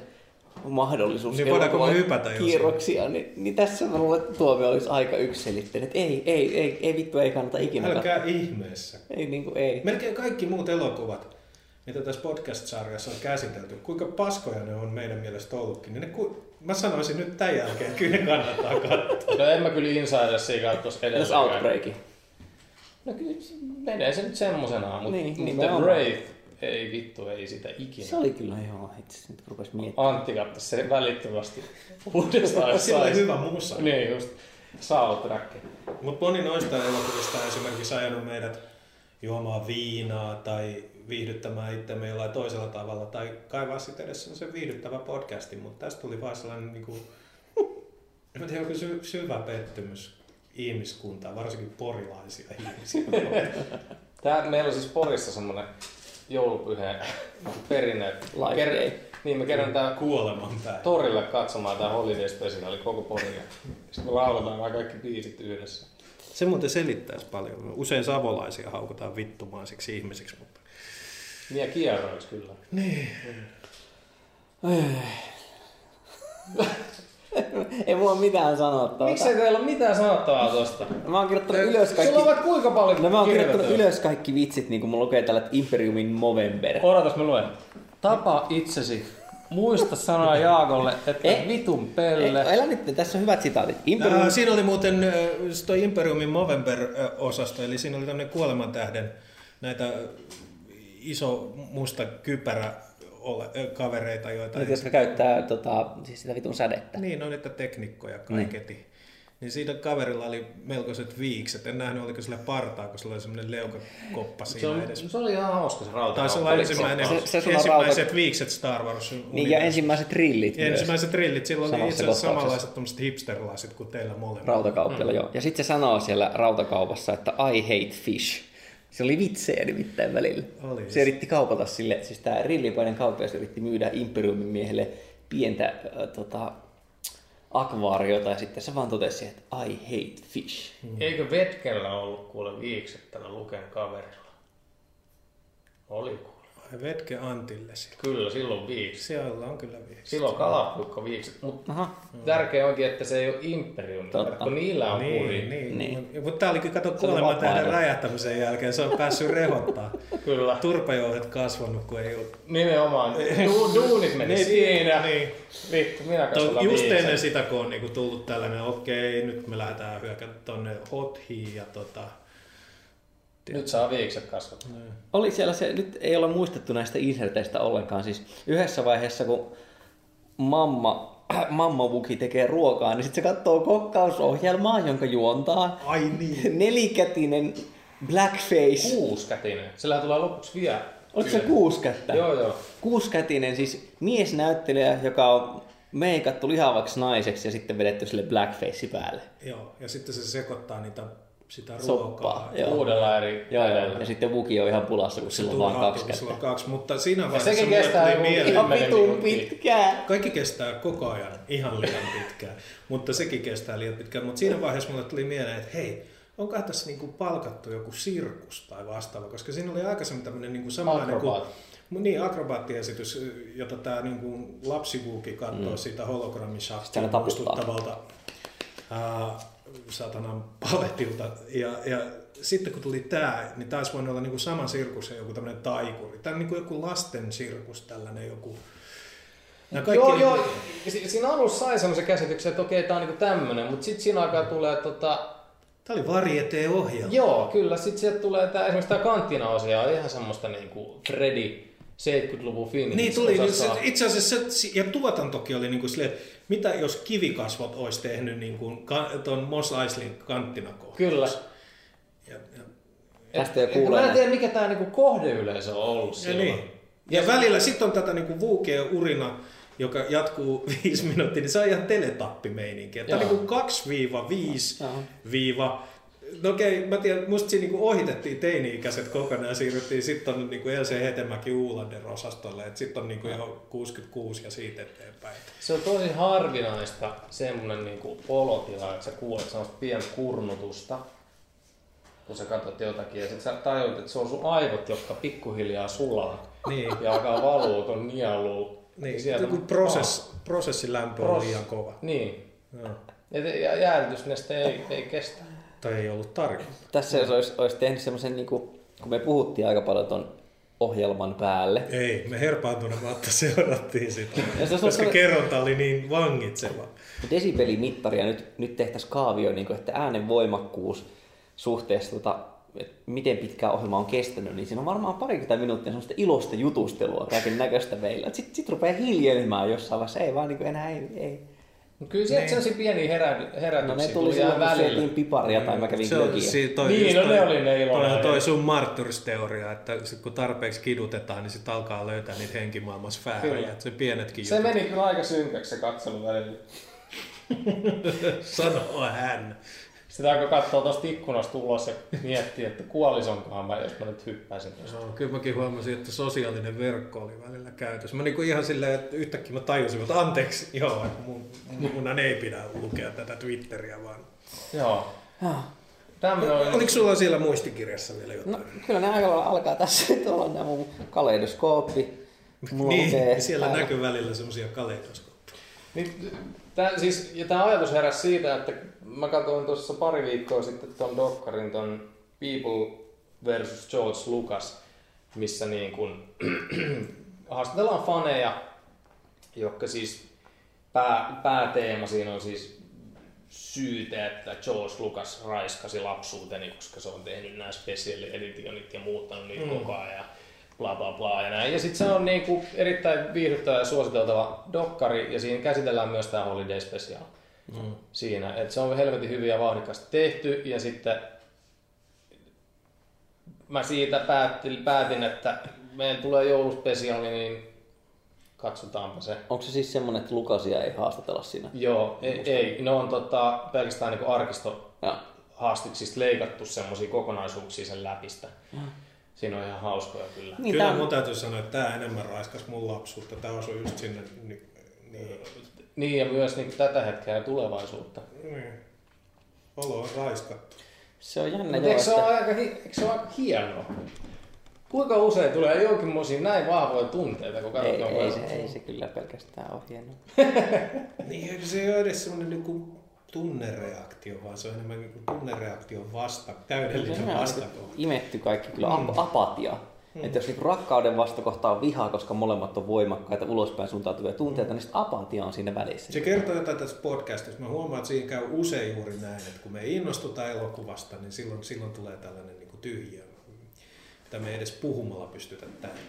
mahdollisuus
Niin voidaanko me
elokuvalle
hypätä jo
kierroksia, niin, niin, tässä mä luulen, että tuomio olisi aika yksiselitteinen. Että ei, ei, ei, ei vittu, ei kannata ikinä katsoa.
Älkää ihmeessä.
Ei niin kuin, ei.
Melkein kaikki muut elokuvat, mitä tässä podcast-sarjassa on käsitelty, kuinka paskoja ne on meidän mielestä ollutkin, niin ne ku... mä sanoisin nyt tämän jälkeen, että kyllä ne kannattaa katsoa.
No en mä kyllä Insidersia katsoisi
Entäs
edelleen.
Outbreakin?
No kyllä se menee se nyt semmosenaan, mutta
Niin,
niin, niin The
nimenomaan.
Brave, ei vittu, ei sitä ikinä.
Se oli kyllä joo, itse asiassa nyt rupes miettimään.
Antti katsoisi se välittömästi uudestaan, jos
Sillä on
saisi.
hyvä musa.
Niin just, soundtrack.
Mutta moni noista elokuvista on esimerkiksi ajanut meidät juomaan viinaa tai viihdyttämään itsemme jollain toisella tavalla tai kaivaa sitten edes se viihdyttävä podcasti, mutta tästä tuli vaan sellainen niinku, en mä tiedä, onko sy- syvä pettymys ihmiskuntaa, varsinkin porilaisia ihmisiä.
Tää, meillä on siis Porissa semmonen joulupyhä perinne. että
Life day.
Niin me kerätään
Kuoleman päin.
torille katsomaan tää Holiday Special, koko Poria. Sitten me lauletaan nämä kaikki biisit yhdessä.
Se muuten selittäisi paljon. Usein savolaisia haukutaan vittumaisiksi ihmisiksi, mutta...
Niin ja kierroiksi kyllä.
Ei mulla ole mitään sanottavaa.
Miksei teillä ole mitään sanottavaa tosta?
Mä oon kirjoittanut ylös kaikki...
Sulla on vaikka kuinka paljon
No mä oon kirjoittanut
kirjoiteltavaa.
ylös kaikki vitsit, niin kuin mulla lukee tällä että Imperiumin Movember.
Odotas, mä luen. Tapa itsesi. Muista sanoa Jaakolle, että
Eh.
vitun
Ei,
pelle.
Älä nyt, tässä on hyvät sitaatit. Imperium...
Äh, siinä oli muuten äh, se toi Imperiumin Movember-osasto, eli siinä oli tämmöinen kuolemantähden näitä äh, iso musta kypärä ole, äh, kavereita, joita...
Nyt, jotka käyttää tota, siis sitä vitun sädettä.
Niin, on niitä teknikkoja kaiketi. Niin. Niin siinä kaverilla oli melkoiset viikset. En nähnyt, oliko sillä partaa, kun sillä oli semmoinen leukakoppa
Se,
siinä
on,
edes.
se oli ihan hauska se rauta.
Taisi olla ensimmäinen,
se- se sulla
ensimmäiset
rauta-
viikset Star Wars
Niin, ja ensimmäiset rillit
Ja
myös.
ensimmäiset rillit, silloin oli
Samassa
itse asiassa
kohtauksessa.
samanlaiset tommoset hipsterlaiset kuin teillä molemmilla.
Rautakauppialla, joo. Ja sitten se sanoo siellä rautakaupassa, että I hate fish. Se oli vitsejä nimittäin välillä.
Oli.
Se yritti kaupata sille, siis tämä rillipainen kauppias yritti myydä Imperiumin miehelle pientä äh, tota, akvaariota ja sitten se vaan totesi, että I hate fish.
Eikö Vetkellä ollut kuule viikset tällä Luken kaverilla? Oli kuule.
Ai Vetke Antille sillä.
Kyllä, silloin viikset.
Siellä on kyllä viikset.
Silloin kalapukka viikset. Mutta
Aha.
tärkeä onkin, että se ei ole imperiumi.
Totta.
Kun niillä on niin,
Niin,
kuri. Niin.
niin.
Niin.
niin. Mutta tää olikin kato
oli
kuolema tähden
vapaa-ajan.
räjähtämisen jälkeen. Se on päässyt rehottaa.
Kyllä.
Turpejouhet kasvanut, kun ei ollut.
Nimenomaan. Du, duunit meni
Niin,
siinä.
niin.
Vittu, minä
To,
katsotaan
just
viikset.
ennen sitä, kun on niinku tullut tällainen, okei, nyt me lähdetään hyökätä tonne hothiin ja tota...
Nyt saa viikset kasvattaa.
Oli siellä se, nyt ei ole muistettu näistä inserteistä ollenkaan. Siis yhdessä vaiheessa, kun mamma, mamma Vuki tekee ruokaa, niin sitten se katsoo kokkausohjelmaa, jonka juontaa
Ai niin.
nelikätinen blackface.
Kuuskätinen. Sillä tulee lopuksi vielä.
Oliko se
Kyllä.
kuuskättä?
Joo, joo.
Kuuskätinen, siis miesnäyttelijä, joka on meikattu lihavaksi naiseksi ja sitten vedetty sille blackface päälle.
Joo, ja sitten se sekoittaa niitä sitä
Soppaa,
ruokaa.
joo.
Uudella eri
Joo, joo.
kädellä.
Ja sitten Vuki on ihan pulassa, kun sillä on vaan kaksi
kun sulla
kättä.
on kaksi, mutta siinä vaiheessa
sekin
mulle
kestää
tuli
joku
mieleen-
ihan
Ihan
kymmenen
vitun
minuuttia.
pitkään.
Kaikki kestää koko ajan ihan liian pitkään, mutta sekin kestää liian pitkään. Mutta siinä vaiheessa mulle tuli mieleen, että hei, onkohan tässä niinku palkattu joku sirkus tai vastaava, koska siinä oli aikaisemmin tämmöinen niinku samanlainen kuin...
Akrobaatti.
Mu- Niin, akrobaattiesitys, jota tämä niinku lapsivuuki katsoo mm. siitä
Sitten
hologrammishakkeen
aina taputtaa.
muistuttavalta ää, satanan paletilta. Ja, ja sitten kun tuli tämä, niin taisi voinut olla niinku sama sirkus ja joku tämmöinen taikuri. Tämä on niinku joku lasten sirkus, tällainen joku. Nämä
Joo,
niinku-
joo. Si- Siinä alussa sai semmoisen käsityksen, että okei, tää on niinku tämmönen, mutta sitten siinä alkaa tulee tota...
Tämä oli varieteohjelma.
Joo, kyllä, sitten sieltä tulee tää, esimerkiksi tää kanttina-osia on ihan semmoista niinku Freddy 70-luvun Phoenix.
Niin tuli, niin se, itse asiassa se, ja tuotantokin oli niin kuin silleen, että mitä jos niinku kivikasvot olisi tehnyt niin kuin, ton Mos Eislin kanttina kohtaan.
Kyllä.
Ja, ja,
Tästä jo
Mä en
kuulee.
tiedä, mikä tämä niinku kohdeyleisö on ollut
ja,
silloin.
niin. ja välillä sitten on tätä niinku vuukea urina, joka jatkuu viisi minuuttia, niin se on ihan teletappimeininki. Tämä on
Joo.
niinku 2-5 viiva... No okei, mä tiedän, musta siinä niinku ohitettiin teini-ikäiset kokonaan ja siirryttiin sitten tonne niinku LC Hetemäki Uulander osastolle, että sitten on niinku jo 66 ja siitä eteenpäin.
Niin
Se on tosi harvinaista semmoinen niinku olotila, että sä kuulet sellaista pientä kurnutusta, kun sä katsot jotakin, ja sit sä tajut, että se on sun aivot, jotka pikkuhiljaa sulaa
Niin.
ja alkaa valua ton nieluun.
Niin,
Ja
sieltä, kun prosess, prosessin lämpö on
Pros-
liian kova.
Niin.
Joo.
Ja, te- ja jäädytysneste ei, ei kestä.
Tai ei ollut tarkoitus.
Tässä jos olisi, olisi tehnyt semmoisen, niin kuin, kun me puhuttiin aika paljon ton ohjelman päälle.
Ei, me herpaantuneematta seurattiin sitä,
Ja se on
koska
sellainen-
kerronta oli niin vangitseva.
Desibelimittaria nyt, nyt tehtäisiin kaavio, niin kuin, että äänen voimakkuus suhteessa, tota, et miten pitkään ohjelma on kestänyt, niin siinä on varmaan parikymmentä minuuttia sellaista ilosta jutustelua kaiken näköistä meillä. Sitten sit rupeaa hiljenemään jossain vaiheessa, ei vaan niin kuin enää ei, ei.
Mut Kyllä
Niin.
sieltä sellaisia pieniä herä,
No ne
herätyksiä
tuli silloin,
jää
kun syötiin
välillä.
piparia tai mä kävin
Se on
glögiä.
si- toi
Niin,
just
no
toi-
ne oli ne ilon
toi, on toi
aiheet.
sun marttyristeoria, että sit kun tarpeeksi kidutetaan, niin sitten alkaa löytää niitä henkimaailman sfäärejä.
Kyllä.
Että se pienetkin
Se meni kyllä aika synkäksi se katselu välillä.
sanoo hän.
Sitä alkoi katsoa tuosta ikkunasta ulos ja miettiä, että kuolisonkohan mä, jos mä nyt hyppäisin tuosta.
No, kyllä mäkin huomasin, että sosiaalinen verkko oli välillä käytössä. Mä niinku ihan silleen, että yhtäkkiä mä tajusin, että anteeksi, joo, että mun, mun ei pidä lukea tätä Twitteriä, vaan...
Joo. Tämmönen oli...
Oliko sulla siellä muistikirjassa vielä jotain?
No, kyllä ne aika lailla alkaa tässä, että ollaan nämä mun kaleidoskooppi. Mulla lukee
Niin, siellä
täällä.
näkyy välillä semmoisia kaleidoskooppeja.
Niin, tää, siis, ja tämä ajatus heräsi siitä, että mä katsoin tuossa pari viikkoa sitten tuon dokkarin, ton People versus George Lucas, missä niin kun, haastatellaan faneja, jotka siis pää, pääteema siinä on siis syyte, että George Lucas raiskasi lapsuuteni, koska se on tehnyt nämä special editionit ja muuttanut niitä mm. koko ajan ja bla bla bla ja näin. Ja sitten se on niinku erittäin viihdyttävä ja suositeltava dokkari ja siinä käsitellään myös tämä Holiday Special. Mm. Siinä, että se on helvetin hyvin ja vauhdikkaasti tehty ja sitten mä siitä päätin, päätin että meidän tulee jouluspesiaali, niin katsotaanpa se.
Onko se siis semmonen, että Lukasia ei haastatella siinä?
Joo, ei, ei. ne on tota, pelkästään niin arkisto
Joo.
haastiksista leikattu semmoisia kokonaisuuksia sen läpistä.
Mm.
Siinä on ihan hauskoja kyllä.
Niin,
Kyllä
tää-
mun täytyy sanoa, että tämä enemmän raiskas mun lapsuutta. Tämä osui just sinne. Niin, niin,
Niin ja myös niin tätä hetkeä ja tulevaisuutta.
No
niin. Olo on raiskattu.
Se on jännä
Mutta
joo,
eikö se,
että-
ole aika, hi- eikö se ole aika hienoa? Kuinka usein tulee jonkinmoisia näin vahvoja tunteita, kun
ei,
katsotaan
ei, se,
elokuvaa?
ei se kyllä pelkästään ole hienoa.
Niin, eikö se ei ole edes semmoinen niinku tunnereaktio, vaan se on enemmän niinku tunnereaktion vasta, täydellinen vastakohta.
imetty kaikki kyllä mm. apatia. Mm. Että jos niinku rakkauden vastakohta on viha, koska molemmat on voimakkaita ulospäin suuntautuvia tunteita, niin sitten apatia on siinä välissä.
Se kertoo jotain tässä podcastissa. Mä huomaan, että siinä käy usein juuri näin, että kun me innostutaan elokuvasta, niin silloin, silloin tulee tällainen niinku tyhjä, mitä me ei edes puhumalla pystytä täyttämään.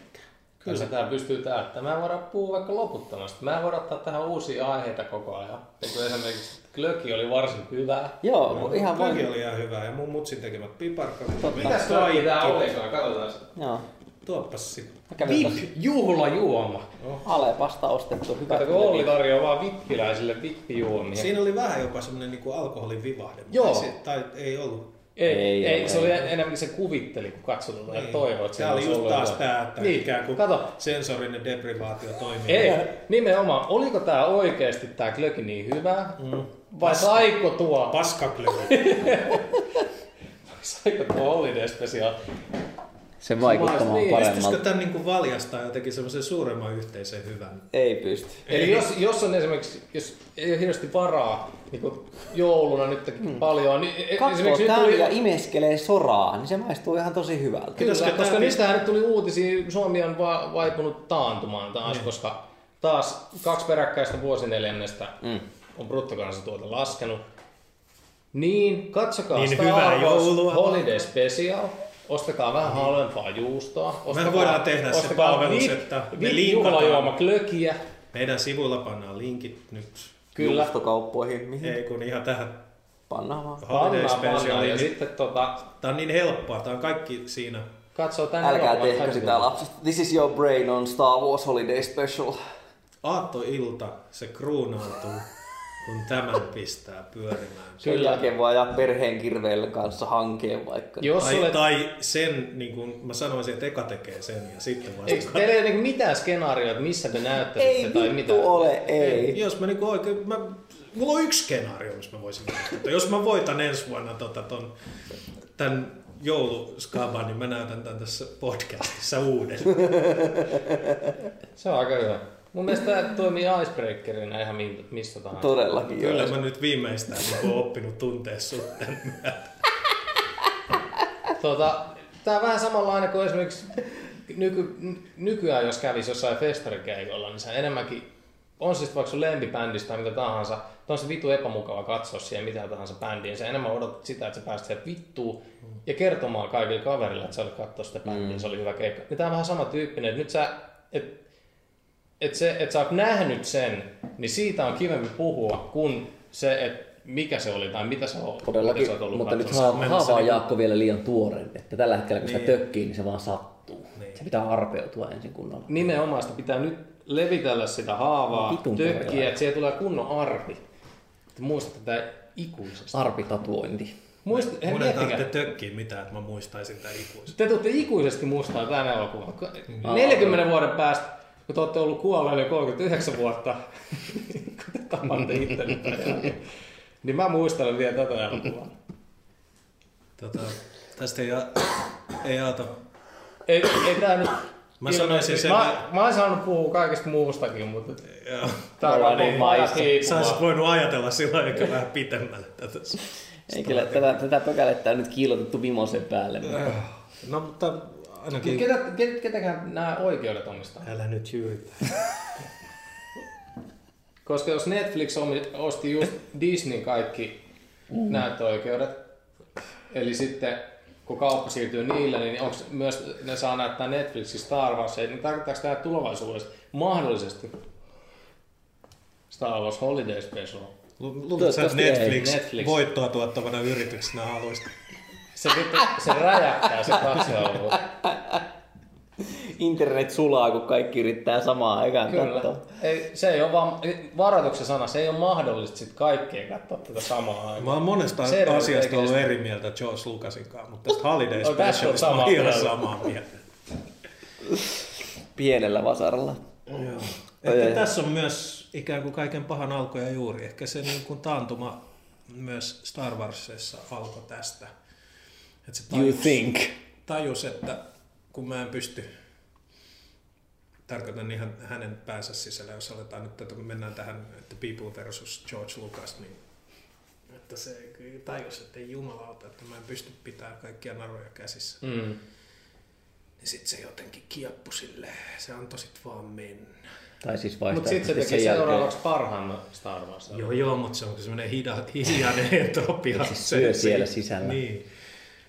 Kyllä tämä pystyy täyttämään. Mä voidaan puhua vaikka loputtomasti. Mä voidaan ottaa tähän uusia aiheita koko ajan. Niin kuin esimerkiksi Glöki oli varsin hyvää.
Joo, ihan
Kaikki
voin.
oli ihan hyvä ja mun mutsin tekemät piparkalit.
Totta.
Mitä
Kaikki
kaikki?
tää olikaan, katsotaan se.
Joo.
Tuoppas sitten.
Mä kävin No, tuossa
Juhlajuoma.
Alepasta ostettu hyvä.
Kato, kun Olli tarjoaa vaan vippiläisille vippijuomia.
Siinä oli vähän jopa semmoinen niinku alkoholin vivahde, mutta
Niin. Joo.
ei se, tai ei ollut.
Ei,
Ei,
ei,
joo,
ei, se
ei.
oli enemmän se kuvitteli, kun katsoi tätä ja toivoi, että
Tämä Niin. oli
olisi
just
ollut
taas
hyvä.
tämä, että
niin,
ikään kuin
Kato,
sensorinen deprivaatio toimii.
ei, nimenomaan, oliko tämä oikeasti tämä klöki niin hyvä? Mm. Vai saiko tuo,
Paskaklövi.
saiko tuo Holiday Special?
Se vaikuttamaan
Niin,
paremmalta.
Pystyisikö tämän niin kuin valjastaa jotenkin semmoisen suuremman yhteisen hyvän?
Ei pysty.
Eli jos, jos on esimerkiksi, jos ei ole hirveästi varaa, niin kuin jouluna nytkin mm. paljon, niin e-
Katsoo
esimerkiksi nyt
täällä
tuli,
ja imeskelee soraa, niin se maistuu ihan tosi hyvältä.
Kyllä,
Pitäisikö
koska
tää-
niistähän nyt tuli uutisia, Suomi on va- vaipunut taantumaan taas,
Niin.
mm. koska taas kaksi peräkkäistä vuosineljännestä mm. on bruttokansantuote laskenut. Niin, katsokaa
Niin,
Star
hyvää
Wars
joulua. Niin.
Holiday Special. Ostakaa vähän halvempaa juustoa. Ostakaa,
voidaan tehdä se
ostakaa
palvelus,
vip-
että me
vip-
linkataan.
juhlajuoma klökiä.
Meidän sivuilla pannaan linkit nyt.
Kyllä.
Juustokauppoihin. mihin-
Ei kun ihan tähän
Pannaan vaan.
Holiday
Pannaan, pannaan.
Special.
Ja sitten tota,
Tämä on niin helppoa, tämä on kaikki siinä.
katsoo tänne.
Älkää tehkö sitä lapset. This is your brain on Star Wars Holiday Special.
Aattoilta se kruunautuu, kun tämän pistää pyörimään.
Sen
Kyllä.
jälkeen voi ajaa perheen kirveillä kanssa hankeen vaikka.
Jos
Tai,
olet
tai sen, niin kuin mä sanoisin, että eka tekee sen ja sitten vasta.
Eikö teillä ei ole niinku mitään skenaarioita, missä te näyttäisitte
Ei
siis tai
vittu
mitä?
ole, ei.
Jos mä niinku oikein, mä, mulla on yksi skenaario, missä mä voisin näyttää. Jos mä voitan ensi vuonna tota, ton, tämän jouluskaban, niin mä näytän tämän tässä podcastissa uudelleen.
Se on aika hyvä. Mun mielestä tämä toimii icebreakerina ihan mi- mistä tahansa.
Todellakin
Kyllä
joo.
mä nyt viimeistään niin oon oppinut tuntee sut tämän myötä.
Tota, tää on vähän samanlainen kuin esimerkiksi nyky, ny- nykyään, jos kävisi jossain festarikeikolla, niin sä enemmänkin, on siis vaikka sun lempibändistä tai mitä tahansa, mutta on se vitu epämukava katsoa siihen mitä tahansa bändiin. Sä enemmän odotat sitä, että sä pääset sieltä vittuun ja kertomaan kaikille kaverille, että sä olit katsoa sitä bändiä, mm. se oli hyvä keikka. Niin tää on vähän sama tyyppinen, että nyt sä, et, et se, että sä oot nähnyt sen, niin siitä on kivempi puhua kuin se, että mikä se oli tai mitä se oli.
Todellakin,
sä oot ollut
mutta nyt
katsomassa.
haava,
menossa
haava on
niinku-
Jaakko vielä liian tuore, että tällä hetkellä kun sitä
Niin.
tökkii, niin se vaan sattuu.
Niin.
Se pitää arpeutua ensin kunnolla.
Nimenomaan sitä pitää nyt levitellä sitä haavaa,
Vitun perkele.
tökkiä, että siihen tulee kunnon arpi. Että muista tätä ikuisesti.
Ah. Arpitatuointi.
Muista, he,
Mun ei tarvitse
miettikää.
tökkiä mitään, että mä muistaisin tämän ikuisesti.
Te tuutte ikuisesti muistaa tämän elokuvan. Ka-
Niin.
40 vuoden päästä, kun te olette ollut kuolleet jo 39 vuotta, kun te tapatte itsenne tämän jälkeen, niin mä muistelen vielä tätä elokuvaa.
Tota, tästä ei, a- ei auta.
Ei, ei tää nyt...
Mä sanoisin sen-
Mä, mä oon saanut puhua kaikesta muustakin, mutta...
Joo.
Tää on vaan niin
maista.
Sä
maista.
olisit voinut ajatella silloin ehkä vähän pitemmälle tätä.
Ei kyllä, tätä, tätä pökälettä on nyt kiilotettu vimosen päälle. mutta-
No mutta
Mut
ainakin...
ketä, ket- ketäkään nämä oikeudet omistaa?
Älä nyt jyytä.
Koska jos Netflix omi- osti just Disney kaikki mm. näyttöoikeudet, eli sitten kun kauppa siirtyy niille, niin onko myös ne saa näyttää Netflixissä Star Warsia, niin tarkoittaako tämä tulevaisuudessa mahdollisesti Star Wars Holiday Special?
Lu- Luuletko sä, että
Toivottavasti ei.
Netflix,
Netflix.
Netflix, voittoa tuottavana yrityksenä haluaisi?
Se, vittu- se räjähtää se katsealu.
Internet sulaa, kun kaikki yrittää samaan aikaan
Kyllä.
katsoa.
Ei, se ei ole vaan, varoituksen sana, se ei ole mahdollista sit kaikkien katsoa tätä samaa
Mä
aikaa.
oon monesta
Se ei
asiasta
ole
ollut eri mieltä George Lucasin kanssa, mutta tästä Holiday
Oh, tässä on
Specialista mä
samaa
oon ihan
mieltä.
samaa mieltä.
Pienellä vasaralla.
Että tässä on myös ikään kuin kaiken pahan alku ja juuri. Ehkä se niin kuin taantuma myös Star Warsissa alkoi tästä. Että se
You
tajus,
think.
tajus, että kun mä en pysty, tarkoitan ihan hänen päänsä sisällä, jos aletaan nyt, että kun mennään tähän, että People versus George Lucas, niin että se tajus, että ei jumalauta, että mä en pysty pitämään kaikkia naroja käsissä. Mm. Niin sit se jotenkin kieppu silleen, se antoi sit vaan mennä.
Tai siis
Mutta
vaihtaa.
sitten se teki seuraavaksi parhaan Star Warsin.
Joo, joo, mutta se on semmoinen hida, hiljainen entropia.
Se syö siellä sisällä.
Niin.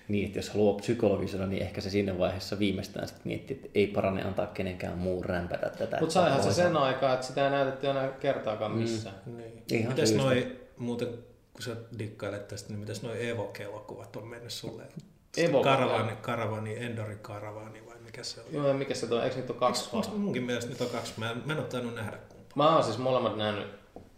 Niin, että jos haluaa psykologisena, niin ehkä se siinä vaiheessa viimeistään sitten miettii, että ei parane antaa kenenkään muun rämpätä tätä.
Mutta saihan se sen aikaa, että sitä ei näytetty enää kertaakaan missään. Mm.
niin.
Ihan
mitäs
syystä.
noi, muuten kun sä dikkailet tästä, niin mitäs noi Evoke-elokuvat on mennyt sulle?
Evoke-
Karavani, karavani, Endorin karavani vai mikä se on?
Joo, mikä se tuo, eikö niitä ole kaksi vaan?
Onks Munkin mielestä nyt on kaksi, mä en, mä en ole tainnut nähdä kumpaa.
Mä oon siis molemmat nähnyt.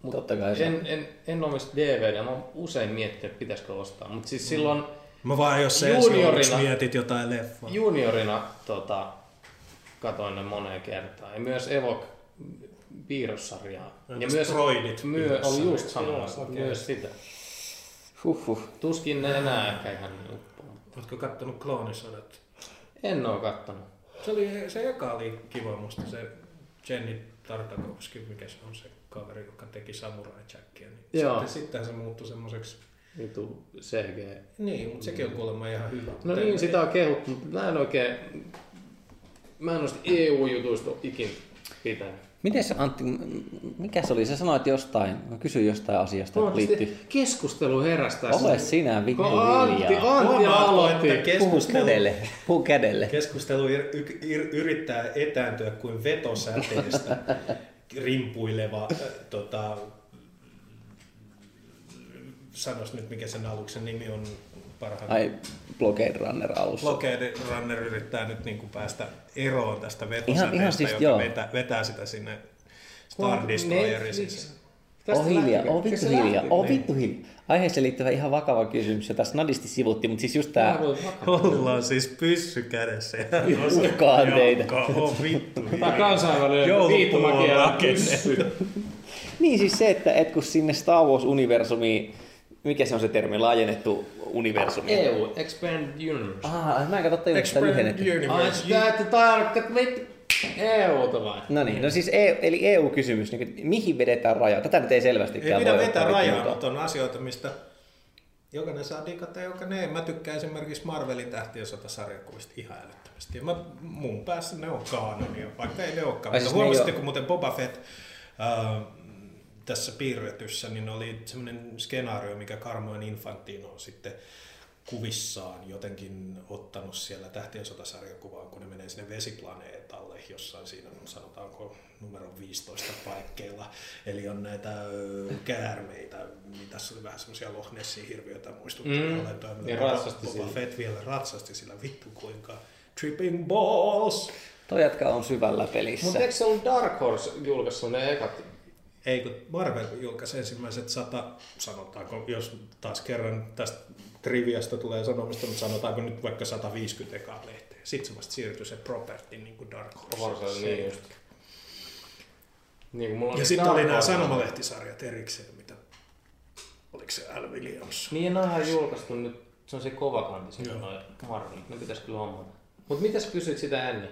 Mut
Totta kai se.
en, en, en omista DVD, mä oon usein miettinyt, että pitäisikö ostaa. Mutta siis silloin
Mä vaan jos sä ensi
Juniorina.
jouluksi mietit jotain leffaa.
juniorina tota, katoin ne moneen kertaan. Ja myös Evok piirrossarjaa. Ja
myös Freudit
myö, oli just sanomassa.
Joo, okei.
Myös sitä.
Huhhuh.
Tuskin ne enää ehkä ihan niin uppoa.
Ootko kattonut Kloonisodat?
En oo kattonut.
Se, oli, se eka oli kiva musta, se Jenny Tartakovski, mikä se on se kaveri, joka teki Samurai Jackia. Niin
Joo.
Sitten, sitten se muuttui semmoiseksi.
Vitu CG.
Niin, mutta sekin on kuulemma ihan hyvä.
No niin, sitä on kehuttu, mutta mä en oikein... Mä en noista EU-jutuista ole ikin pitänyt.
Miten se, Antti, m- m- mikä se oli? Sä sanoit jostain, mä kysyin jostain asiasta, joka liittyy.
Keskustelu heräsi tässä.
Ole sinä vittu
Kun Antti,
hiljaa.
Antti
Huomaatko,
aloitti.
että
Puhu
keskustelu,
kädelle. Puhu kädelle.
keskustelu yr- y- yr- yrittää etääntyä kuin vetosäteestä rimpuileva äh, tota, sanos nyt mikä sen aluksen nimi on parhaan.
Ai Blockade Runner alussa.
Blockade Runner yrittää nyt niin kuin päästä eroon tästä vetosäteestä,
Ihan- ihan siis
joka
joo.
vetää, vetää sitä sinne Star Destroyerin sisään.
Oh hiljaa, oh vittu hiljaa, oh
niin.
vittu hiljaa. Aiheeseen liittyvä ihan vakava kysymys, jota snadisti sivutti, mutta siis just tää,
Olla on siis pyssy kädessä. ja
Uhkaa teitä.
Jaakko, on vittu.
Tämä kansainvälinen
Joulupuuron
viittomakielä
rakenne.
pyssy.
Niin siis se, että et kun sinne Star Wars-universumiin, mikä se on se termi, laajennettu universumi?
EU, E Expand Universe.
Ah, mä en kato tajunnut sitä lyhennettä.
Ai, sitä ette tarkoita, vittu. EUta E vai?
No niin, no siis EU, eli EU-kysymys, niin kuin, mihin vedetään raja? Tätä nyt ei selvästikään
Ei pidä
voi
vetää
ottaa
rajaa,
mukaan.
mutta on asioita, mistä jokainen saa digata ja jokainen ei. Mä tykkään esimerkiksi Marvelin tähtien sotasarjakuvista ihan älyttömästi. Ja mä, mun päässä ne on kaanonia, vaikka ei ne olekaan.
Ai
Ai
siis
siis
ne ei
huomasitte,
oo-
kun muuten Boba Fett äh, tässä piirretyssä, niin oli semmoinen skenaario, mikä Carmoen Infantino on sitten kuvissaan jotenkin ottanut siellä tähtien sotasarjakuvaan, kun ne menee sinne vesiplaneetalle jossain siinä, sanotaanko numero 15 paikkeilla. Eli on näitä ö, käärmeitä, niin tässä oli vähän semmoisia Loch Nessin hirviöitä muistuttavia mm. olentoja. mitä
Ja
Boba-
ratsasti
Boba
sillä.
Fett vielä ratsasti sillä, vittu kuinka tripping balls!
Toi jätkä on syvällä pelissä.
Mutta eikö se ollut Dark Horse julkaissut ne ekat?
Ei kun Marvel julkaisi ensimmäiset sata, sanotaanko, jos taas kerran tästä triviasta tulee sanomista, mutta sanotaanko nyt vaikka 150 ekaa lehteä. Sitten se vasta siirtyi se property niin kuin Dark Horse.
Horse, niin just. Niin, kun mulla on
Ja
se
sitten
Dark
oli nämä
Horse.
sanomalehtisarjat erikseen, mitä oliko se Al Williams?
Niin, nämä on julkaistu nyt, se on se kova kanti, se
Joo.
on Marvel, ne pitäis kyllä hommata. Mut mitäs kysyit sitä ennen?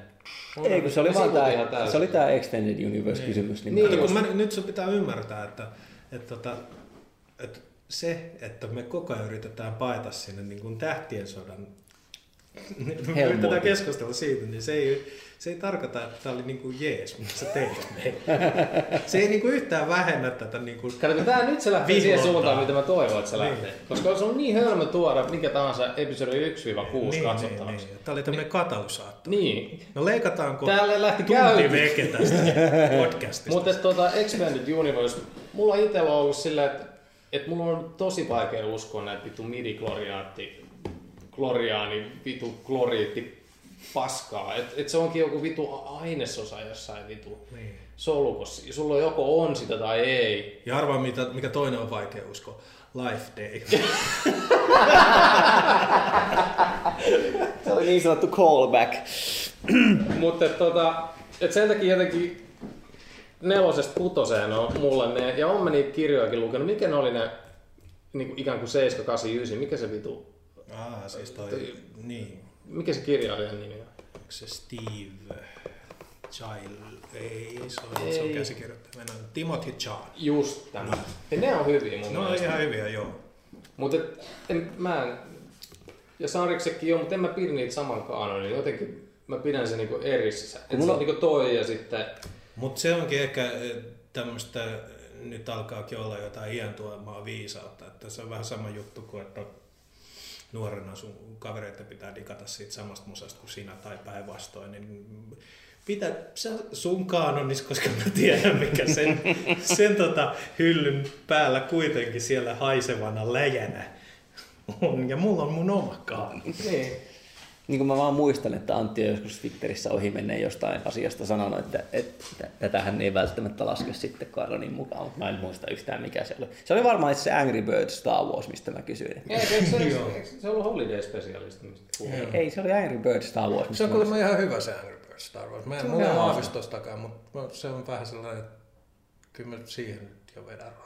Mulla
Ei,
on-
kun se oli
ne
vaan
sivut
tää,
ihan täysin.
se oli tää Extended Universe-kysymys. Niin,
Kato, kun mä, nyt sun pitää ymmärtää, että, että, että, että se, että me koko ajan yritetään paeta sinne niin kuin tähtien sodan, me yritetään keskustella siitä, niin se ei, se ei tarkoita, että tämä oli niin kuin jees, mutta sä teit meille. Se ei niin kuin yhtään vähennä tätä niin kuin...
Kato, kun tää nyt se lähtee
Vihloittaa.
siihen suuntaan, mitä mä toivon, että se
Niin.
lähtee. Koska se on niin hölmö tuoda mikä tahansa episodi 1-6 niin,
niin,
katsottavaksi.
niin. Tämä oli tämmöinen katalysaattori.
Niin.
No leikataanko
Täällä lähti
tunti
käynti.
veke tästä podcastista?
Mutta tuota, Expanded Universe, mulla itsellä on ollut sillä, että, että mulla on tosi vaikea uskoa näitä vitu midi-kloriaatti, kloriaani, vitu kloriitti paskaa. Et, et se onkin joku vitu ainesosa jossain vitu
Niin.
solukossa. Ja Sulla joko on sitä tai ei.
Ja arvaa, mitä, mikä toinen on vaikea uskoa. Life day.
se oli niin sanottu callback.
Mutta tota, et sen takia jotenkin nelosesta kutoseen on mulle ne, ja on mä niitä kirjojakin lukenut. Mikä ne oli ne niin ikään kuin 7, 8, 9, mikä se vitu,
Ah, siis toi, niin,
mikä se kirjailijan nimi on?
onko se Steve Child, ei, se on, se on
Ei.
käsikirjoittaja, Mennään Timothy Chalamet.
Just tämä. Ja ne on hyviä mun no,
No
mielestä.
ihan hyviä, joo.
Mutta en, mä en, ja Sariksekin on, mutta en mä pidä niitä saman kaanonin. Jotenkin mä pidän sen niinku erissä. Et se
mulla-
on niinku toi ja sitten...
Mutta se onkin ehkä tämmöistä, nyt alkaakin olla jotain iän tuomaa viisautta, että se on vähän sama juttu kuin, että nuorena sun kavereita pitää digata siitä samasta musasta kuin sinä tai päinvastoin, niin pitä sä sun kaanonissa, koska mä tiedän mikä sen, sen tota hyllyn päällä kuitenkin siellä haisevana läjänä on. Ja mulla on mun oma kaanoni.
Niin.
Niin kuin mä vaan muistan, että Antti on joskus Twitterissä ohi menneen jostain asiasta sanonut, että, että tätähän ei välttämättä laske sitten Karonin mukaan, mutta mä en muista yhtään mikä se oli. Se oli varmaan itse asiassa Angry Birds Star Wars, mistä mä kysyin.
Ei, eikö se, eikö se ollut Holiday Specialista, mistä puhutaan?
Ei, se oli Angry Birds Star Wars.
Se
Mistä
on
mä kysyin.
kuulemma ihan hyvä se Angry Birds Star Wars. Mä en mulla ole aavistustakaan, mutta se on vähän sellainen, että kyllä mä siihen nyt jo vedän rajan.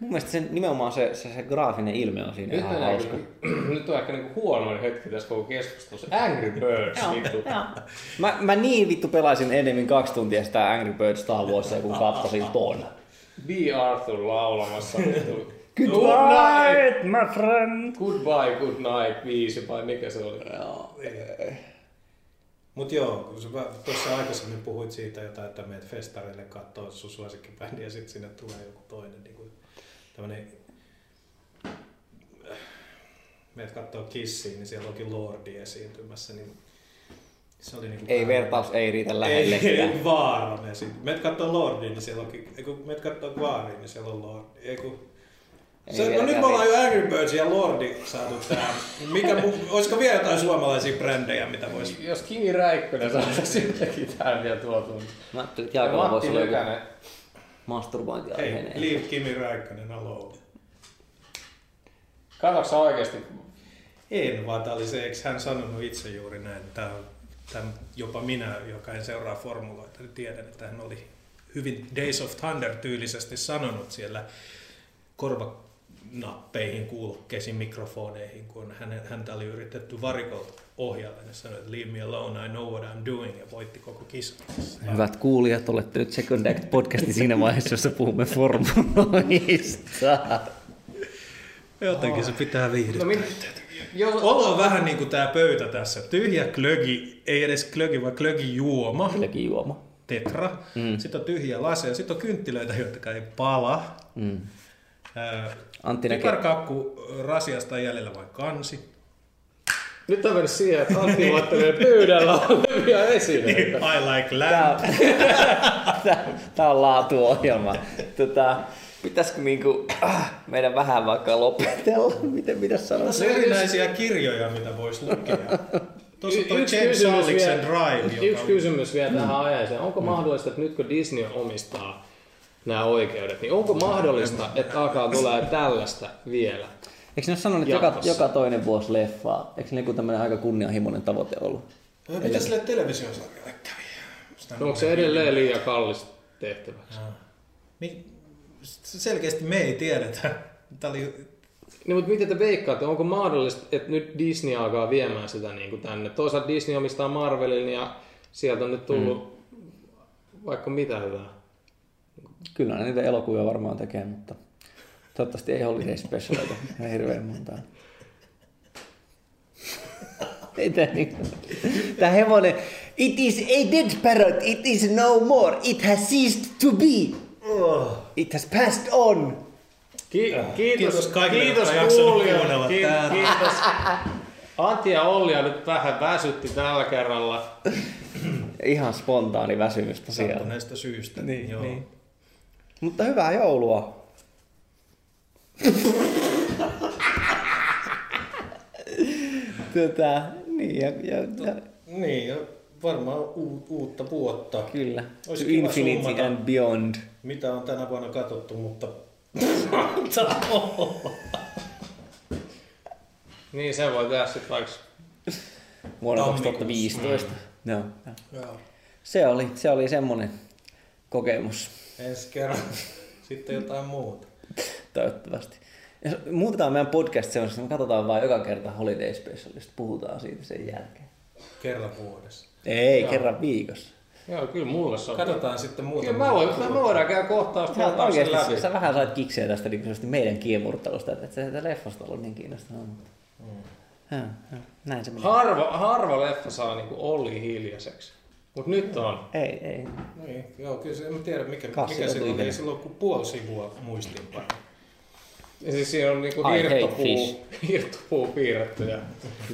Mun mielestä sen, nimenomaan se, se, se graafinen ilme on siinä
Nyt,
ihan
menee,
hauska.
kyllä- nyt on ehkä niinku huonoin hetki tässä koko keskustelussa. Angry Birds vittu.
Mä, mä niin vittu pelasin enemmän kaksi tuntia sitä Angry Birds Star Warsia, kun katsoin ton.
B. Arthur laulamassa. vittu.
my friend!
Goodbye, good night biisi vai mikä se oli?
Mutta joo, kun sä vä- tuossa aikaisemmin puhuit siitä jotain, että meet festareille katsoa sun suosikkibändi ja sitten sinne tulee joku toinen niin kuin tämmönen... Meet kattoo kissiin, niin siellä onkin Lordi esiintymässä, niin se oli niinku
Ei
vähän-
vertaus, ei riitä
Ei,
lähellekään.
ei vaaran esiin. Meet kattoo Lordiin, niin siellä onkin, ei kun meet kattoo Kvaarin, niin siellä on Lordi. Ei kun
Ei
Se, no
vieläkään
nyt me ollaan
riitä.
jo Angry Birds ja Lordi saatu tähän. Niin Mikä, mu- olisiko vielä jotain suomalaisia brändejä, mitä voisi...
Jos Kimi Räikkönen saataisiin jotenkin tähän vielä tuotua.
Mä ajattelin, että
Ja
Jaakolla voisi
Matti
olla joku
Lykänen.
Hei,
masturbointiaiheinen.
leave Kimi Räikkönen alone.
Katsoks sä oikeesti?
En, vaan tämä oli se, eikö hän sanonut itse juuri näin, että tämän, jopa minä, joka en seuraa formuloita, niin tiedän, että hän oli hyvin Days of Thunder tyylisesti sanonut siellä korvanappeihin, kuulokkeisiin, mikrofoneihin, kun hänen, häntä oli yritetty varikolta ohjailla, ja sanoi, että leave me alone, I know what I'm doing, ja voitti koko kisan.
Hyvät kuulijat, olette nyt Second Act podcasti siinä vaiheessa, jossa puhumme formuloista.
Jotenkin se pitää viihdyttää.
No mit, jos,
Ollaan vähän niin kuin tämä pöytä tässä. Tyhjä klögi, ei edes klögi, vaan klögi juoma.
Kylläkin juoma.
tetra, mm. sitten on tyhjiä laseja, sitten on kynttilöitä, jotka ei pala. Mm.
Antti näkee-
Piparkakku rasiasta on jäljellä vain kansi.
nyt on mennyt siihen, että Antti Mattelinen pyydällä olevia
I
esineitä.
like
Tää
lamb.
on, tää, tää on laatuohjelma. Tota, pitäisikö niinku, äh, meidän vähän vaikka lopetella? Miten pitäisi sanoa?
Tässä on erinäisiä kirjoja, mitä voisi lukea. Tuossa on
Y-
toi James Alliksen Drive,
yksi
joka on
kysymys vielä tähän aiheeseen. Onko mahdollista, että nyt kun Disney omistaa nämä oikeudet, niin onko mahdollista, että alkaa tulee tällaista vielä?
Eikö ne ole sanonut, että joka,
Jatkossa.
joka toinen vuosi leffaa? Eikö ne joku tämmöinen aika kunnianhimoinen tavoite ollut?
No, Mitä sille televisiosarjalle kävi? Sitä
Onko se edelleen liian kallis tehtäväksi?
Mi- Selkeästi me ei tiedetä. Tämä oli
Niin, mutta miten te veikkaatte, onko mahdollista, että nyt Disney alkaa viemään sitä niin kuin tänne? Toisaalta Disney omistaa Marvelin ja sieltä on nyt tullut mm. vaikka mitä hyvää.
Kyllä ne niitä elokuvia varmaan tekee, mutta toivottavasti ei holiday specialita ihan hirveän montaa. Ei tää niinku- Tää hevonen, it is a dead parrot, it is no more, it has ceased to be,
Oh.
it has passed on.
Ki- Äh, kiitos,
Kiitos kaikille,
kiitos
jotka on jaksanut
kuulijoille.
kuunnella
Ki-
täällä.
Kiitos. Antti ja Olli on nyt vähän väsytti tällä kerralla.
Ihan spontaani väsymys tosiaan.
sattuneesta syystä.
Niin,
Joo.
niin. Mutta hyvää joulua. Tätä, niin ja, ja, ja
niin ja varmaan u- uutta vuotta.
kyllä. To
Olisi kiva
infinity
summata.
and beyond.
mitä on tänä vuonna katsottu, mutta
Niin se voi tehdä sitten vaikka.
Vuonna
Tammikuussa.
2015. No, no.
Joo.
Se oli, se oli semmonen kokemus.
ensi kerran sitten jotain muuta.
Toivottavasti. Jos muutetaan meidän podcast semmoisesti, me katsotaan vaan joka kerta Holiday Specialista, puhutaan siitä sen jälkeen.
Kerran vuodessa.
Ei, Joo. kerran viikossa.
Joo, kyllä mulle se on.
Katsotaan sitten muuta.
Kyllä mä voin, me voidaan käydä kohtaus
Sä
kohtauksen
oikeesti,
läpi.
sä vähän sait kiksejä tästä niin kuin meidän kiemurtelusta, että et sä sitä leffasta ollut niin kiinnostavaa. Mutta... Mm. Näin se menee.
Harva, harva leffa saa niinku Olli hiljaiseksi. Mut nyt on.
Ei, ei.
Niin, joo, kyllä se, en mä tiedä mikä,
Kassi
mikä
on
silloin
tyhjenä.
oli. Silloin kun puoli sivua muistinpano.
Ja siis siinä on niinku
I hate
hirttopuu,
fish.
hirttopuu piirretty ja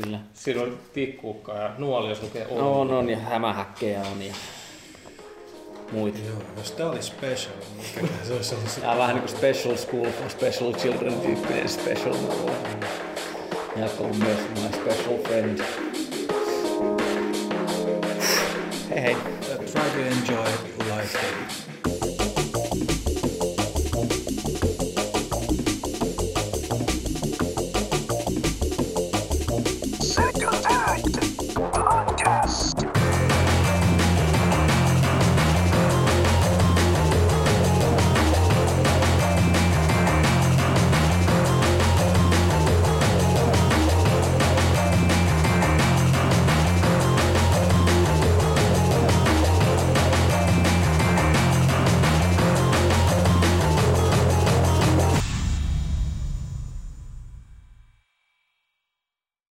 Kyllä.
siinä on tikkuukka ja nuoli, jos lukee Olli.
No, on, on ja hämähäkkejä on ja muita.
Joo, jos tää oli special, niin mikä se olisi ollut
Tää on vähän niinku special school for special children tyyppinen special. Jaakko on myös my special friend. Hei hei.
Try to enjoy life.